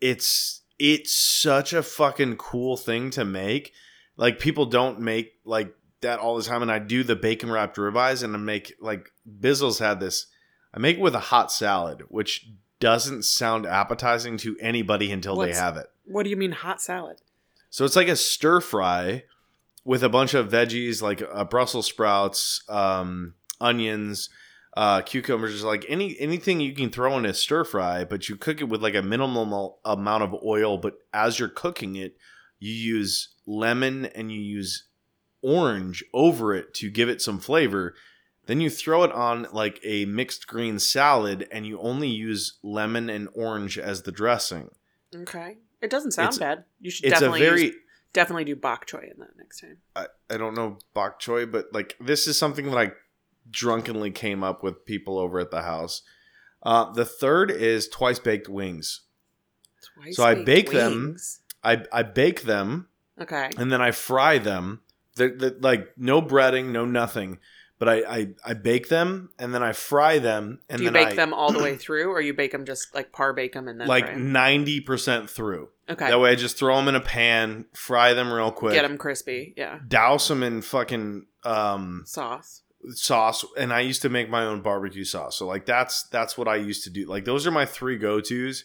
Speaker 4: it's it's such a fucking cool thing to make. Like people don't make like that all the time, and I do the bacon wrapped ribeyes, and I make like Bizzle's had this. I make it with a hot salad, which doesn't sound appetizing to anybody until
Speaker 3: What's-
Speaker 4: they have it.
Speaker 3: What do you mean hot salad?
Speaker 4: So it's like a stir fry with a bunch of veggies, like uh, Brussels sprouts, um, onions, uh, cucumbers, like any anything you can throw in a stir fry. But you cook it with like a minimal amount of oil. But as you're cooking it, you use lemon and you use orange over it to give it some flavor. Then you throw it on like a mixed green salad, and you only use lemon and orange as the dressing.
Speaker 3: Okay. It doesn't sound
Speaker 4: It's-
Speaker 3: bad. You should
Speaker 4: It's a
Speaker 3: definitely
Speaker 4: very
Speaker 3: use- definitely do bok choy in that next time.
Speaker 4: I, I don't know bok choy, but like this is something that I drunkenly came up with people over at the house. Uh, the third is twice baked wings.
Speaker 3: Twice
Speaker 4: So I bake them.
Speaker 3: wings.
Speaker 4: I, I bake them
Speaker 3: Okay.
Speaker 4: and then I fry them. They're, they're, like no breading, no nothing. But I, I, I bake them and then I fry them and
Speaker 3: do you
Speaker 4: then
Speaker 3: bake
Speaker 4: I,
Speaker 3: them all the way through, or you bake them just like par bake them and then
Speaker 4: like
Speaker 3: fry 'em?
Speaker 4: ninety percent through.
Speaker 3: okay,
Speaker 4: That way I just throw them in a pan, fry them real quick,
Speaker 3: get them crispy, yeah,
Speaker 4: douse them in fucking um,
Speaker 3: sauce.
Speaker 4: sauce and I used to make my own barbecue sauce. So like that's that's what I used to do. Like those are my three go-tos.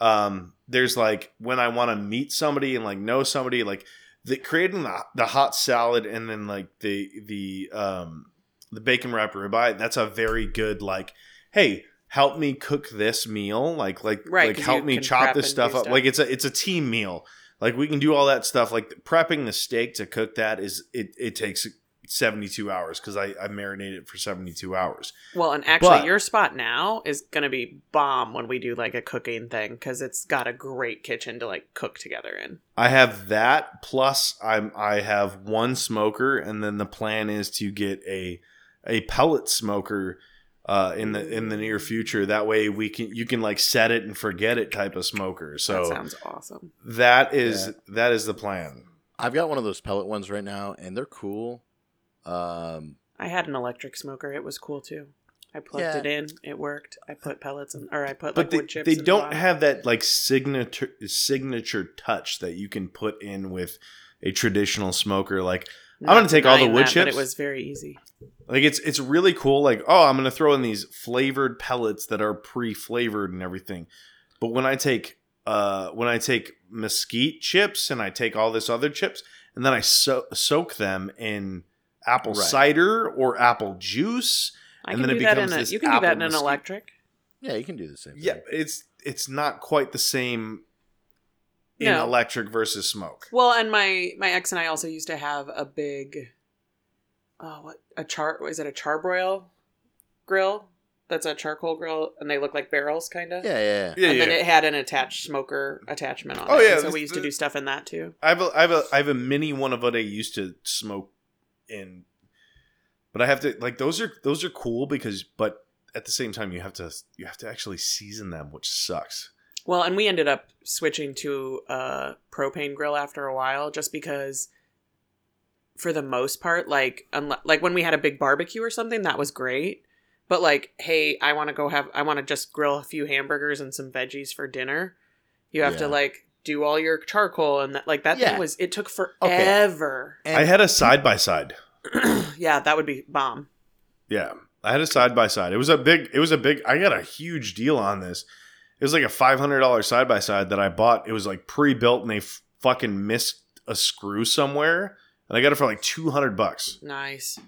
Speaker 4: Um there's like when I want to meet somebody and like know somebody like the creating the, the hot salad and then like the the um the bacon wrapped ribeye that's a very good like hey help me cook this meal like like
Speaker 3: Right,
Speaker 4: like
Speaker 3: 'cause
Speaker 4: help
Speaker 3: you
Speaker 4: me
Speaker 3: can
Speaker 4: chop
Speaker 3: prep
Speaker 4: this
Speaker 3: and
Speaker 4: stuff
Speaker 3: do
Speaker 4: up
Speaker 3: stuff.
Speaker 4: like it's a it's a team meal like we can do all that stuff like prepping the steak to cook that is it it takes 72 hours because I, I marinate it for 72 hours.
Speaker 3: Well, and actually,
Speaker 4: But-
Speaker 3: your spot now is gonna be bomb when we do like a cooking thing because it's got a great kitchen to like cook together in.
Speaker 4: I have that plus I'm I have one smoker and then the plan is to get a a pellet smoker uh, in the in the near future. That way we can you can like set it and forget it type of smoker.
Speaker 3: that
Speaker 4: So
Speaker 3: sounds awesome.
Speaker 4: that is
Speaker 2: Yeah.
Speaker 4: that is the plan.
Speaker 2: I've got one of those pellet ones right now, and they're cool. Um,
Speaker 3: I had an electric smoker; it was cool too. I plugged
Speaker 2: Yeah.
Speaker 3: it in; it worked. I put pellets in, or I put like
Speaker 4: But
Speaker 3: wood
Speaker 4: they,
Speaker 3: chips.
Speaker 4: they
Speaker 3: in the
Speaker 4: don't
Speaker 3: bottom.
Speaker 4: have that like signature signature touch that you can put in with a traditional smoker like I'm gonna take all the
Speaker 3: denying
Speaker 4: wood
Speaker 3: that, But
Speaker 4: chips.
Speaker 3: it was very easy.
Speaker 4: Like it's it's really cool. Like oh, I'm gonna throw in these flavored pellets that are pre-flavored and everything. But when I take uh when I take mesquite chips and I take all this other chips and then I so- soak them in apple
Speaker 2: Right.
Speaker 4: cider or apple juice.
Speaker 3: I
Speaker 4: And
Speaker 3: can
Speaker 4: then it
Speaker 3: do that
Speaker 4: becomes
Speaker 3: in a.
Speaker 4: this
Speaker 3: You can do that
Speaker 4: apple
Speaker 3: in an
Speaker 4: mesquite.
Speaker 3: electric.
Speaker 2: yeah, you can do the same.
Speaker 4: Yeah,
Speaker 2: thing.
Speaker 4: it's it's not quite the same in
Speaker 3: No.
Speaker 4: electric versus smoke.
Speaker 3: Well, and my my ex and I also used to have a big, oh, what a char is it a charbroil grill? That's a charcoal grill, and they look like barrels, kind of.
Speaker 2: yeah, yeah. yeah.
Speaker 4: Yeah,
Speaker 3: and
Speaker 4: yeah.
Speaker 3: then it had an attached smoker attachment on
Speaker 4: Oh,
Speaker 3: it.
Speaker 4: yeah,
Speaker 3: and So
Speaker 4: this-
Speaker 3: we used to do stuff in that too.
Speaker 4: I have a I have a I have a mini one of what I used to smoke in, but I have to like those are those are cool because but at the same time you have to you have to actually season them which sucks.
Speaker 3: Well, and we ended up switching to a propane grill after a while just because for the most part like unle- like when we had a big barbecue or something that was great. But like, hey, I want to go have I want to just grill a few hamburgers and some veggies for dinner. You have to
Speaker 2: Yeah.
Speaker 3: like do all your charcoal and that like that
Speaker 2: Yeah.
Speaker 3: thing was it took
Speaker 2: Okay.
Speaker 3: forever.
Speaker 2: And
Speaker 4: I had a side by side.
Speaker 3: yeah, that would be bomb.
Speaker 4: Yeah, I had a side by side. It was a big it was a big I got a huge deal on this. It was like a five hundred dollar side by side that I bought. It was like pre built and they f- fucking missed a screw somewhere and I got it for like two hundred bucks.
Speaker 3: Nice.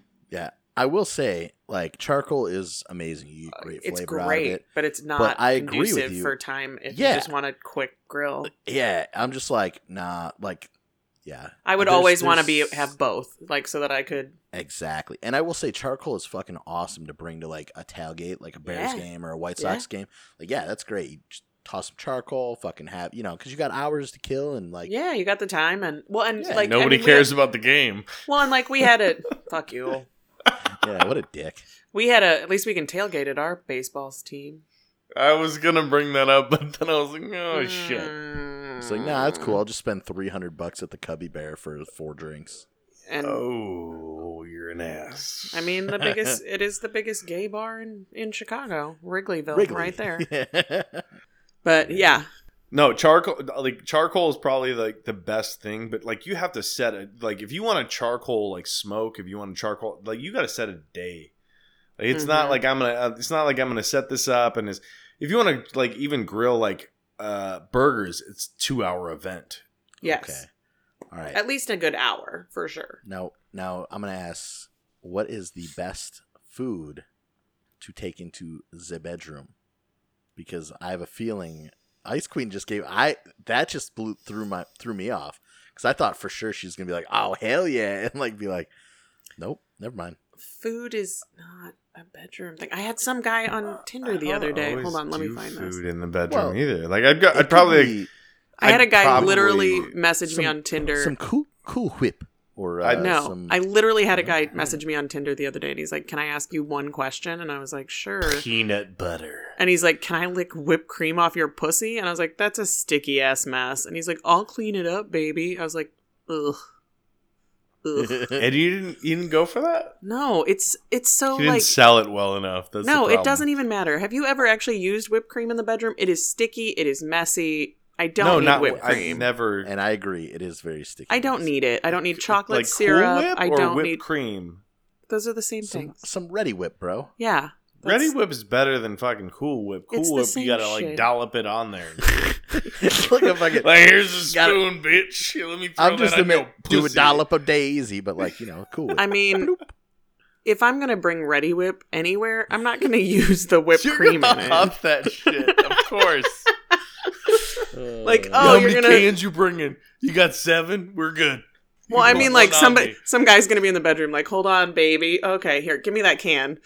Speaker 2: I will say, like charcoal is amazing. You get great
Speaker 3: Uh, it's
Speaker 2: flavor out of
Speaker 3: great,
Speaker 2: it.
Speaker 3: but it's not
Speaker 2: I agree with
Speaker 3: conducive
Speaker 2: you.
Speaker 3: for time if
Speaker 2: Yeah.
Speaker 3: you just want a quick grill.
Speaker 2: Yeah, I'm just like nah, like yeah,
Speaker 3: I would
Speaker 2: There's-
Speaker 3: always want to be
Speaker 2: there's-
Speaker 3: have both, like so that I could.
Speaker 2: exactly. And I will say, charcoal is fucking awesome to bring to like a tailgate, like a Bears
Speaker 3: Yeah.
Speaker 2: game or a White
Speaker 3: Yeah.
Speaker 2: Sox game. Like yeah, that's great. You just toss some charcoal, fucking have you know, because you got hours to kill and like
Speaker 3: yeah, you got the time, and well, and
Speaker 2: Yeah,
Speaker 3: like I
Speaker 4: Nobody
Speaker 3: mean, we
Speaker 4: cares
Speaker 3: had-
Speaker 4: about the game.
Speaker 3: well, and like we had it. fuck you.
Speaker 2: yeah, what a dick.
Speaker 3: We had a. At least we can tailgate at our baseball's team.
Speaker 4: I was gonna bring that up, but then I was like, oh
Speaker 3: Hmm.
Speaker 4: shit.
Speaker 3: Mm.
Speaker 2: It's like, nah, that's cool. I'll just spend three hundred bucks at the Cubby Bear for four drinks.
Speaker 3: And
Speaker 4: Oh, you're an ass.
Speaker 3: I mean, the biggest. it is the biggest gay bar in in Chicago, Wrigleyville,
Speaker 2: Wrigley.
Speaker 3: right there.
Speaker 2: yeah.
Speaker 3: But yeah,
Speaker 4: No, charcoal like charcoal is probably like the best thing, but like you have to set it like if you want to charcoal like smoke, if you want to charcoal like you got to set a day. Like, it's not
Speaker 3: Mhm.
Speaker 4: like I'm going to it's not like I'm going to set this up and it's, if you want to like even grill like uh burgers, it's 2 hour event.
Speaker 3: Yes.
Speaker 2: Okay. All right.
Speaker 3: At least a good hour for sure.
Speaker 2: Now, now I'm gonna ask, what is the best food to take into the bedroom? Because I have a feeling Ice Queen just gave I that just blew through my threw me off because I thought for sure she's gonna be like, oh hell yeah, and like be like, nope, never mind.
Speaker 3: Food is not a bedroom thing. I had some guy on Tinder the
Speaker 4: Uh, I
Speaker 3: other
Speaker 4: don't
Speaker 3: day.
Speaker 4: always
Speaker 3: Hold on, let me
Speaker 4: do
Speaker 3: find
Speaker 4: food
Speaker 3: this.
Speaker 4: in the bedroom
Speaker 2: Well,
Speaker 4: either. Like I've got
Speaker 2: It could
Speaker 4: I'd probably
Speaker 2: be
Speaker 3: I had a guy
Speaker 4: probably-
Speaker 3: literally message me
Speaker 2: some-
Speaker 3: on Tinder.
Speaker 2: some cool cool whip or uh,
Speaker 4: I-
Speaker 3: no,
Speaker 2: some,
Speaker 3: I literally had a guy
Speaker 2: Okay.
Speaker 3: message me on Tinder the other day, and he's like, "Can I ask you one question?" And I was like, "Sure."
Speaker 4: peanut butter.
Speaker 3: And he's like, "Can I lick whipped cream off your pussy?" And I was like, "That's a sticky ass mess." And he's like, "I'll clean it up, baby." I was like, "Ugh, ugh."
Speaker 4: And you didn't you didn't go for that?
Speaker 3: no, it's it's so
Speaker 4: you didn't
Speaker 3: like
Speaker 4: sell it well enough. That's the
Speaker 3: no, it
Speaker 4: problem.
Speaker 3: doesn't even matter. Have you ever actually used whipped cream in the bedroom? It is sticky. It is messy. I don't
Speaker 4: no,
Speaker 3: need
Speaker 4: not
Speaker 3: whipped
Speaker 4: whipped
Speaker 3: cream.
Speaker 4: I never
Speaker 2: and I agree, it is very sticky.
Speaker 3: I don't need it. I don't need chocolate
Speaker 4: like
Speaker 3: syrup.
Speaker 4: Cool Whip
Speaker 3: I
Speaker 4: or
Speaker 3: don't
Speaker 4: whipped
Speaker 3: need.
Speaker 4: cream.
Speaker 3: Those are the same
Speaker 2: some
Speaker 3: things.
Speaker 2: some ready whip, bro.
Speaker 3: Yeah. that's-
Speaker 4: Ready Whip is better than fucking Cool Whip.
Speaker 3: It's
Speaker 4: Cool
Speaker 3: the
Speaker 4: Whip,
Speaker 3: same
Speaker 4: you gotta like
Speaker 3: shit.
Speaker 4: dollop it on there.
Speaker 2: Look at fucking.
Speaker 4: like here's a
Speaker 2: Gotta-
Speaker 4: spoon, bitch. Let me. Throw
Speaker 2: I'm just
Speaker 4: that
Speaker 2: a
Speaker 4: on your
Speaker 2: man, do a
Speaker 4: pussy.
Speaker 2: dollop a day easy, but like you know, cool.
Speaker 3: I mean, if I'm gonna bring Ready Whip anywhere, I'm not gonna use the whipped
Speaker 4: You're
Speaker 3: cream in
Speaker 4: gonna
Speaker 3: it.
Speaker 4: up that shit, of course.
Speaker 3: Like,
Speaker 4: How
Speaker 3: oh, you're
Speaker 4: many
Speaker 3: gonna.
Speaker 4: cans you bringing? You got seven. We're good.
Speaker 3: Well, I mean, like
Speaker 4: One on
Speaker 3: somebody,
Speaker 4: me.
Speaker 3: some guy's gonna be in the bedroom. Like, hold on, baby. Okay, here, give me that can.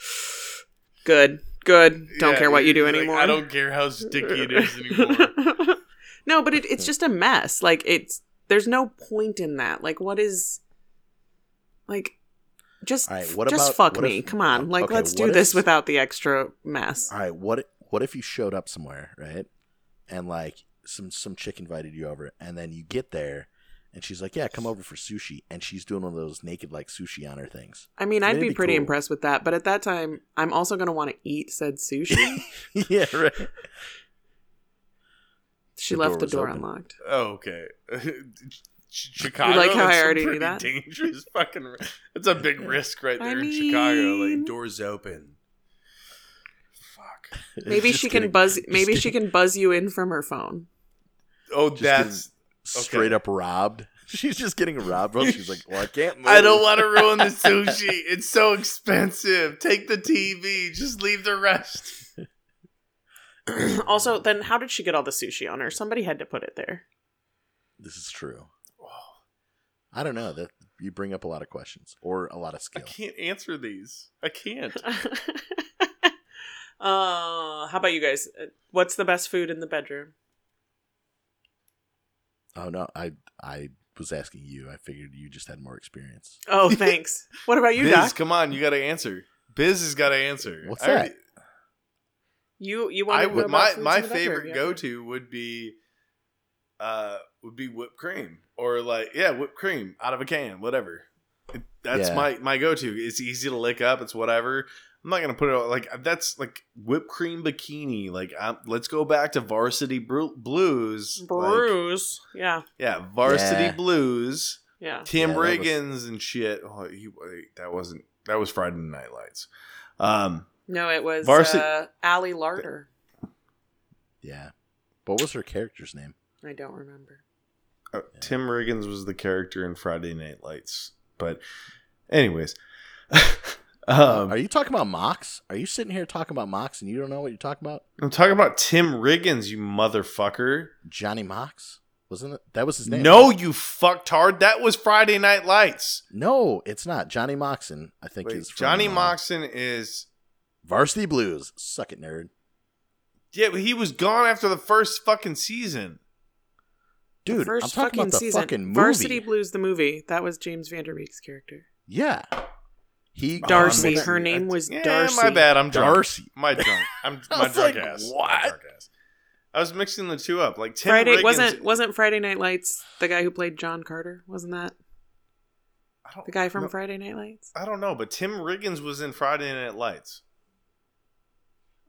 Speaker 3: Good, good. Don't
Speaker 4: Yeah,
Speaker 3: care what you do
Speaker 4: like,
Speaker 3: anymore.
Speaker 4: I don't care how sticky it is anymore.
Speaker 3: no, but it, it's just a mess. Like, it's there's no point in that. Like, what is, like, just
Speaker 2: All right, what
Speaker 3: just
Speaker 2: about-
Speaker 3: fuck
Speaker 2: what
Speaker 3: me.
Speaker 2: if-
Speaker 3: Come on, like,
Speaker 2: okay,
Speaker 3: let's do
Speaker 2: what if-
Speaker 3: this without the extra mess.
Speaker 2: all right, what what if you showed up somewhere, right? And like some some chick invited you over, and then you get there, and she's like, "Yeah, come over for sushi," and she's doing one of those naked like sushi on her things.
Speaker 3: I mean, I'd
Speaker 2: That'd
Speaker 3: be
Speaker 2: be
Speaker 3: pretty
Speaker 2: cool.
Speaker 3: impressed with that, but at that time, I'm also going to want to eat said sushi.
Speaker 2: yeah, right.
Speaker 3: she
Speaker 2: The
Speaker 3: left
Speaker 2: door
Speaker 3: the
Speaker 2: was
Speaker 3: door
Speaker 2: open.
Speaker 3: unlocked.
Speaker 4: Oh, okay. Ch- Chicago.
Speaker 3: like how I
Speaker 4: that's a
Speaker 3: already knew
Speaker 4: pretty
Speaker 3: that?
Speaker 4: Dangerous fucking. It's a big risk right
Speaker 3: I
Speaker 4: there in Chicago.
Speaker 3: mean-
Speaker 4: Like doors open. Fuck.
Speaker 3: Maybe
Speaker 2: Just
Speaker 3: she can
Speaker 2: kidding.
Speaker 3: buzz.
Speaker 2: Just
Speaker 3: Maybe she
Speaker 2: kidding.
Speaker 3: can buzz you in from her phone.
Speaker 4: Oh,
Speaker 2: Just
Speaker 4: that's.
Speaker 2: straight up robbed. She's just getting robbed, bro. She's like, "Well, I can't move."
Speaker 4: I don't want to ruin the sushi. It's so expensive. Take the TV. Just leave the rest.
Speaker 3: also, then how did she get all the sushi on her? Somebody had to put it there.
Speaker 2: This is true. I don't know that you bring up a lot of questions or a lot
Speaker 4: I
Speaker 2: of skill.
Speaker 4: can't answer these. I can't.
Speaker 3: uh, how about you guys? Uh, What's the best food in the bedroom?
Speaker 2: Oh no, I I was asking you. I figured you just had more experience.
Speaker 3: Oh, thanks. what about you,
Speaker 4: Biz,
Speaker 3: Doc?
Speaker 4: come on. You got to answer. Biz has got to answer.
Speaker 2: What's
Speaker 4: I already-
Speaker 2: that?
Speaker 3: You you want
Speaker 4: I would my my favorite go to would be uh would be whipped cream or like yeah whipped cream out of a can whatever that's
Speaker 2: Yeah.
Speaker 4: my my go to it's easy to lick up it's whatever I'm not gonna put it all, like that's like whipped cream bikini like i let's go back to varsity Bru- blues like,
Speaker 3: Bruce. yeah,
Speaker 4: yeah varsity
Speaker 2: Yeah.
Speaker 4: blues
Speaker 3: yeah.
Speaker 4: Tim
Speaker 2: Yeah, that was-
Speaker 4: Riggins and shit oh he wait, that wasn't that was Friday Night Lights um
Speaker 3: No, it was
Speaker 4: Varsity-
Speaker 3: uh, Allie Larder.
Speaker 2: Yeah. What was her character's name?
Speaker 3: I don't remember.
Speaker 4: Uh, Tim Riggins was the character in Friday Night Lights. But, anyways, um,
Speaker 2: Are you talking about Mox? Are you sitting here talking about Mox and you don't know what you're talking about?
Speaker 4: I'm talking about Tim Riggins, you motherfucker.
Speaker 2: Johnny Mox? Wasn't it? That was his name.
Speaker 4: No, you fucktard. That was Friday Night Lights.
Speaker 2: No, it's not. Johnny Moxon, I think
Speaker 4: Wait,
Speaker 2: is from,
Speaker 4: Johnny
Speaker 2: uh,
Speaker 4: Moxon is.
Speaker 2: Varsity Blues. Suck it, nerd.
Speaker 4: Yeah, but he was gone after the first fucking season.
Speaker 2: Dude, i I'm talking about the fucking movie.
Speaker 3: Varsity Blues, the movie. That was James Vanderbeek's character.
Speaker 2: yeah. He
Speaker 3: Darcy.
Speaker 2: Well, that-
Speaker 3: Her name was
Speaker 4: yeah, My
Speaker 3: Darcy.
Speaker 4: bad. I'm drunk.
Speaker 2: Darcy.
Speaker 4: My drunk. I'm
Speaker 2: I
Speaker 4: my
Speaker 2: was
Speaker 4: drunk
Speaker 2: like,
Speaker 4: ass. My
Speaker 2: what?
Speaker 4: drunk ass. I was mixing the two up. Like Tim
Speaker 3: Friday
Speaker 4: Riggins
Speaker 3: wasn't wasn't Friday Night Lights the guy who played John Carter? Wasn't that
Speaker 4: I don't
Speaker 3: the guy from
Speaker 4: know.
Speaker 3: Friday Night Lights?
Speaker 4: I don't know, but Tim Riggins was in Friday Night Lights.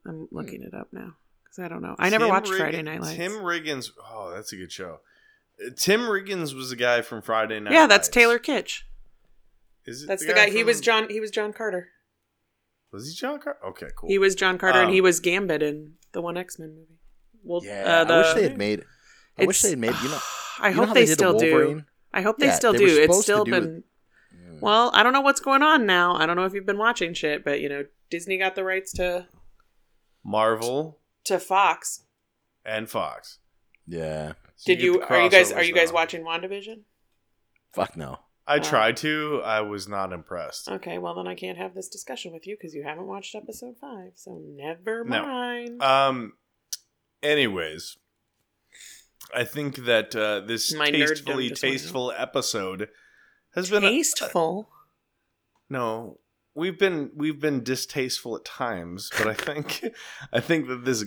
Speaker 3: I'm looking it up now. because I don't know. I never
Speaker 4: Mm. Tim
Speaker 3: watched
Speaker 4: Rig-
Speaker 3: Friday Night Lights.
Speaker 4: Tim Riggins. Oh, that's a good show. Uh, Tim Riggins was the guy from Friday Night.
Speaker 3: yeah, that's
Speaker 4: Lights.
Speaker 3: Taylor Kitsch.
Speaker 4: Is it
Speaker 3: That's the guy. He was
Speaker 4: from-
Speaker 3: John. He was John Carter.
Speaker 4: Was he John Carter? Okay, cool.
Speaker 3: He was John Carter, and
Speaker 4: Um,
Speaker 3: he was Gambit in the one X Men movie. Well,
Speaker 2: Yeah,
Speaker 3: uh, the,
Speaker 2: I wish they had made. I wish
Speaker 3: it's-
Speaker 2: they had made. You know,
Speaker 3: I
Speaker 2: you know
Speaker 3: hope
Speaker 2: how
Speaker 3: they,
Speaker 2: did
Speaker 3: still do.
Speaker 2: Wolverine?
Speaker 3: I hope they
Speaker 2: Yeah,
Speaker 3: still
Speaker 2: they
Speaker 3: do.
Speaker 2: were
Speaker 3: It's
Speaker 2: supposed to
Speaker 3: still
Speaker 2: do
Speaker 3: been. Well, I don't know what's going on now. I don't know if you've been watching shit, but you know, Disney got the rights to
Speaker 4: Marvel
Speaker 3: to Fox.
Speaker 4: and Fox.
Speaker 2: Yeah.
Speaker 4: So
Speaker 3: Did
Speaker 4: get
Speaker 3: you?
Speaker 4: the
Speaker 3: Are you guys?
Speaker 4: crossovers
Speaker 3: Are you guys
Speaker 4: now.
Speaker 3: watching WandaVision?
Speaker 2: Fuck no.
Speaker 4: I
Speaker 3: Oh.
Speaker 4: tried to. I was not impressed.
Speaker 3: Okay, well then I can't have this discussion with you because you haven't watched episode five, so never
Speaker 4: No.
Speaker 3: mind.
Speaker 4: Um. Anyways, I think that uh, this
Speaker 3: My nerddom
Speaker 4: tastefully
Speaker 3: just went
Speaker 4: tasteful episode has
Speaker 2: uh,
Speaker 4: been a-
Speaker 3: Tasteful.
Speaker 4: No, we've been we've been distasteful at times, but I think I think that this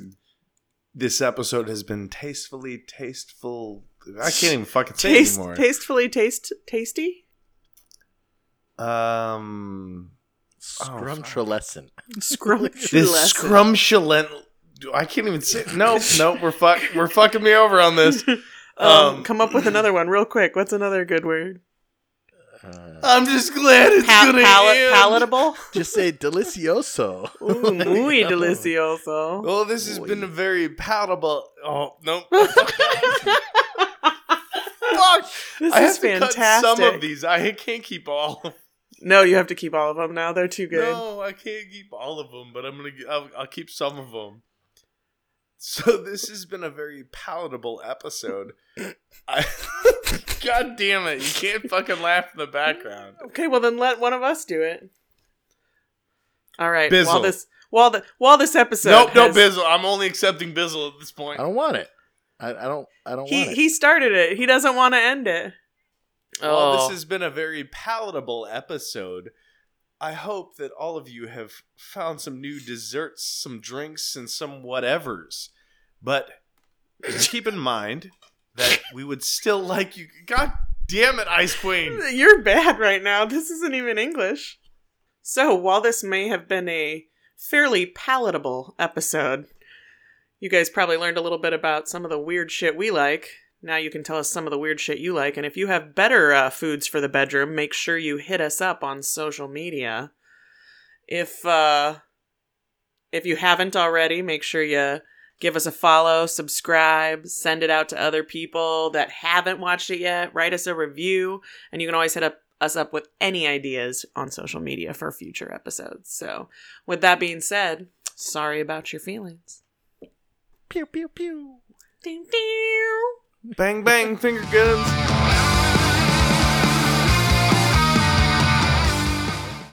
Speaker 4: this episode has been tastefully tasteful. I can't even fucking say
Speaker 3: Taste,
Speaker 4: anymore.
Speaker 3: tastefully taste tasty.
Speaker 4: um,
Speaker 2: Scrumtrelescent.
Speaker 4: this
Speaker 3: Scrumptious.
Speaker 4: scrumptious. I can't even say. No, no, we're fuck. We're fucking me over on this.
Speaker 3: um,
Speaker 4: Um,
Speaker 3: come up with another one real quick. What's another good word?
Speaker 2: Uh,
Speaker 4: I'm just glad it's
Speaker 3: Pa-
Speaker 4: gonna
Speaker 3: pala-
Speaker 4: end.
Speaker 3: palatable.
Speaker 2: just say delicioso.
Speaker 3: Ooh, muy
Speaker 2: No.
Speaker 3: delicioso.
Speaker 4: Well, this has been a very palatable. Oh no. Fuck!
Speaker 3: This
Speaker 4: I have
Speaker 3: is
Speaker 4: to
Speaker 3: fantastic.
Speaker 4: cut some of these. I can't keep all. Of them.
Speaker 3: No, you have to keep all of them now. They're too good.
Speaker 4: No, I can't keep all of them, but I'm gonna. g- I'll, I'll keep some of them. So this has been a very palatable episode. I, God damn it! You can't fucking laugh in the background.
Speaker 3: Okay, well then let one of us do it. All right. While
Speaker 4: Bizzle.
Speaker 3: this while the while this episode
Speaker 4: nope, no
Speaker 3: has-
Speaker 4: Bizzle. I'm only accepting Bizzle at this point.
Speaker 2: I don't want it. I, I don't. I don't want
Speaker 3: He
Speaker 2: it.
Speaker 3: he started it. He doesn't want to end it.
Speaker 4: Well, Oh,
Speaker 3: Oh.
Speaker 4: this has been a very palatable episode. I hope that all of you have found some new desserts, some drinks, and some whatevers. But keep in mind that we would still like you. God damn it, Ice Queen!
Speaker 3: You're bad right now. This isn't even English. So, while this may have been a fairly palatable episode, you guys probably learned a little bit about some of the weird shit we like. Now you can tell us some of the weird shit you like. And if you have better uh, foods for the bedroom, make sure you hit us up on social media. If uh, if you haven't already, make sure you give us a follow, subscribe, send it out to other people that haven't watched it yet. Write us a review. And you can always hit up us up with any ideas on social media for future episodes. So, with that being said, sorry about your feelings.
Speaker 2: pew pew pew.
Speaker 3: Ding, ding.
Speaker 4: Bang, bang, finger guns!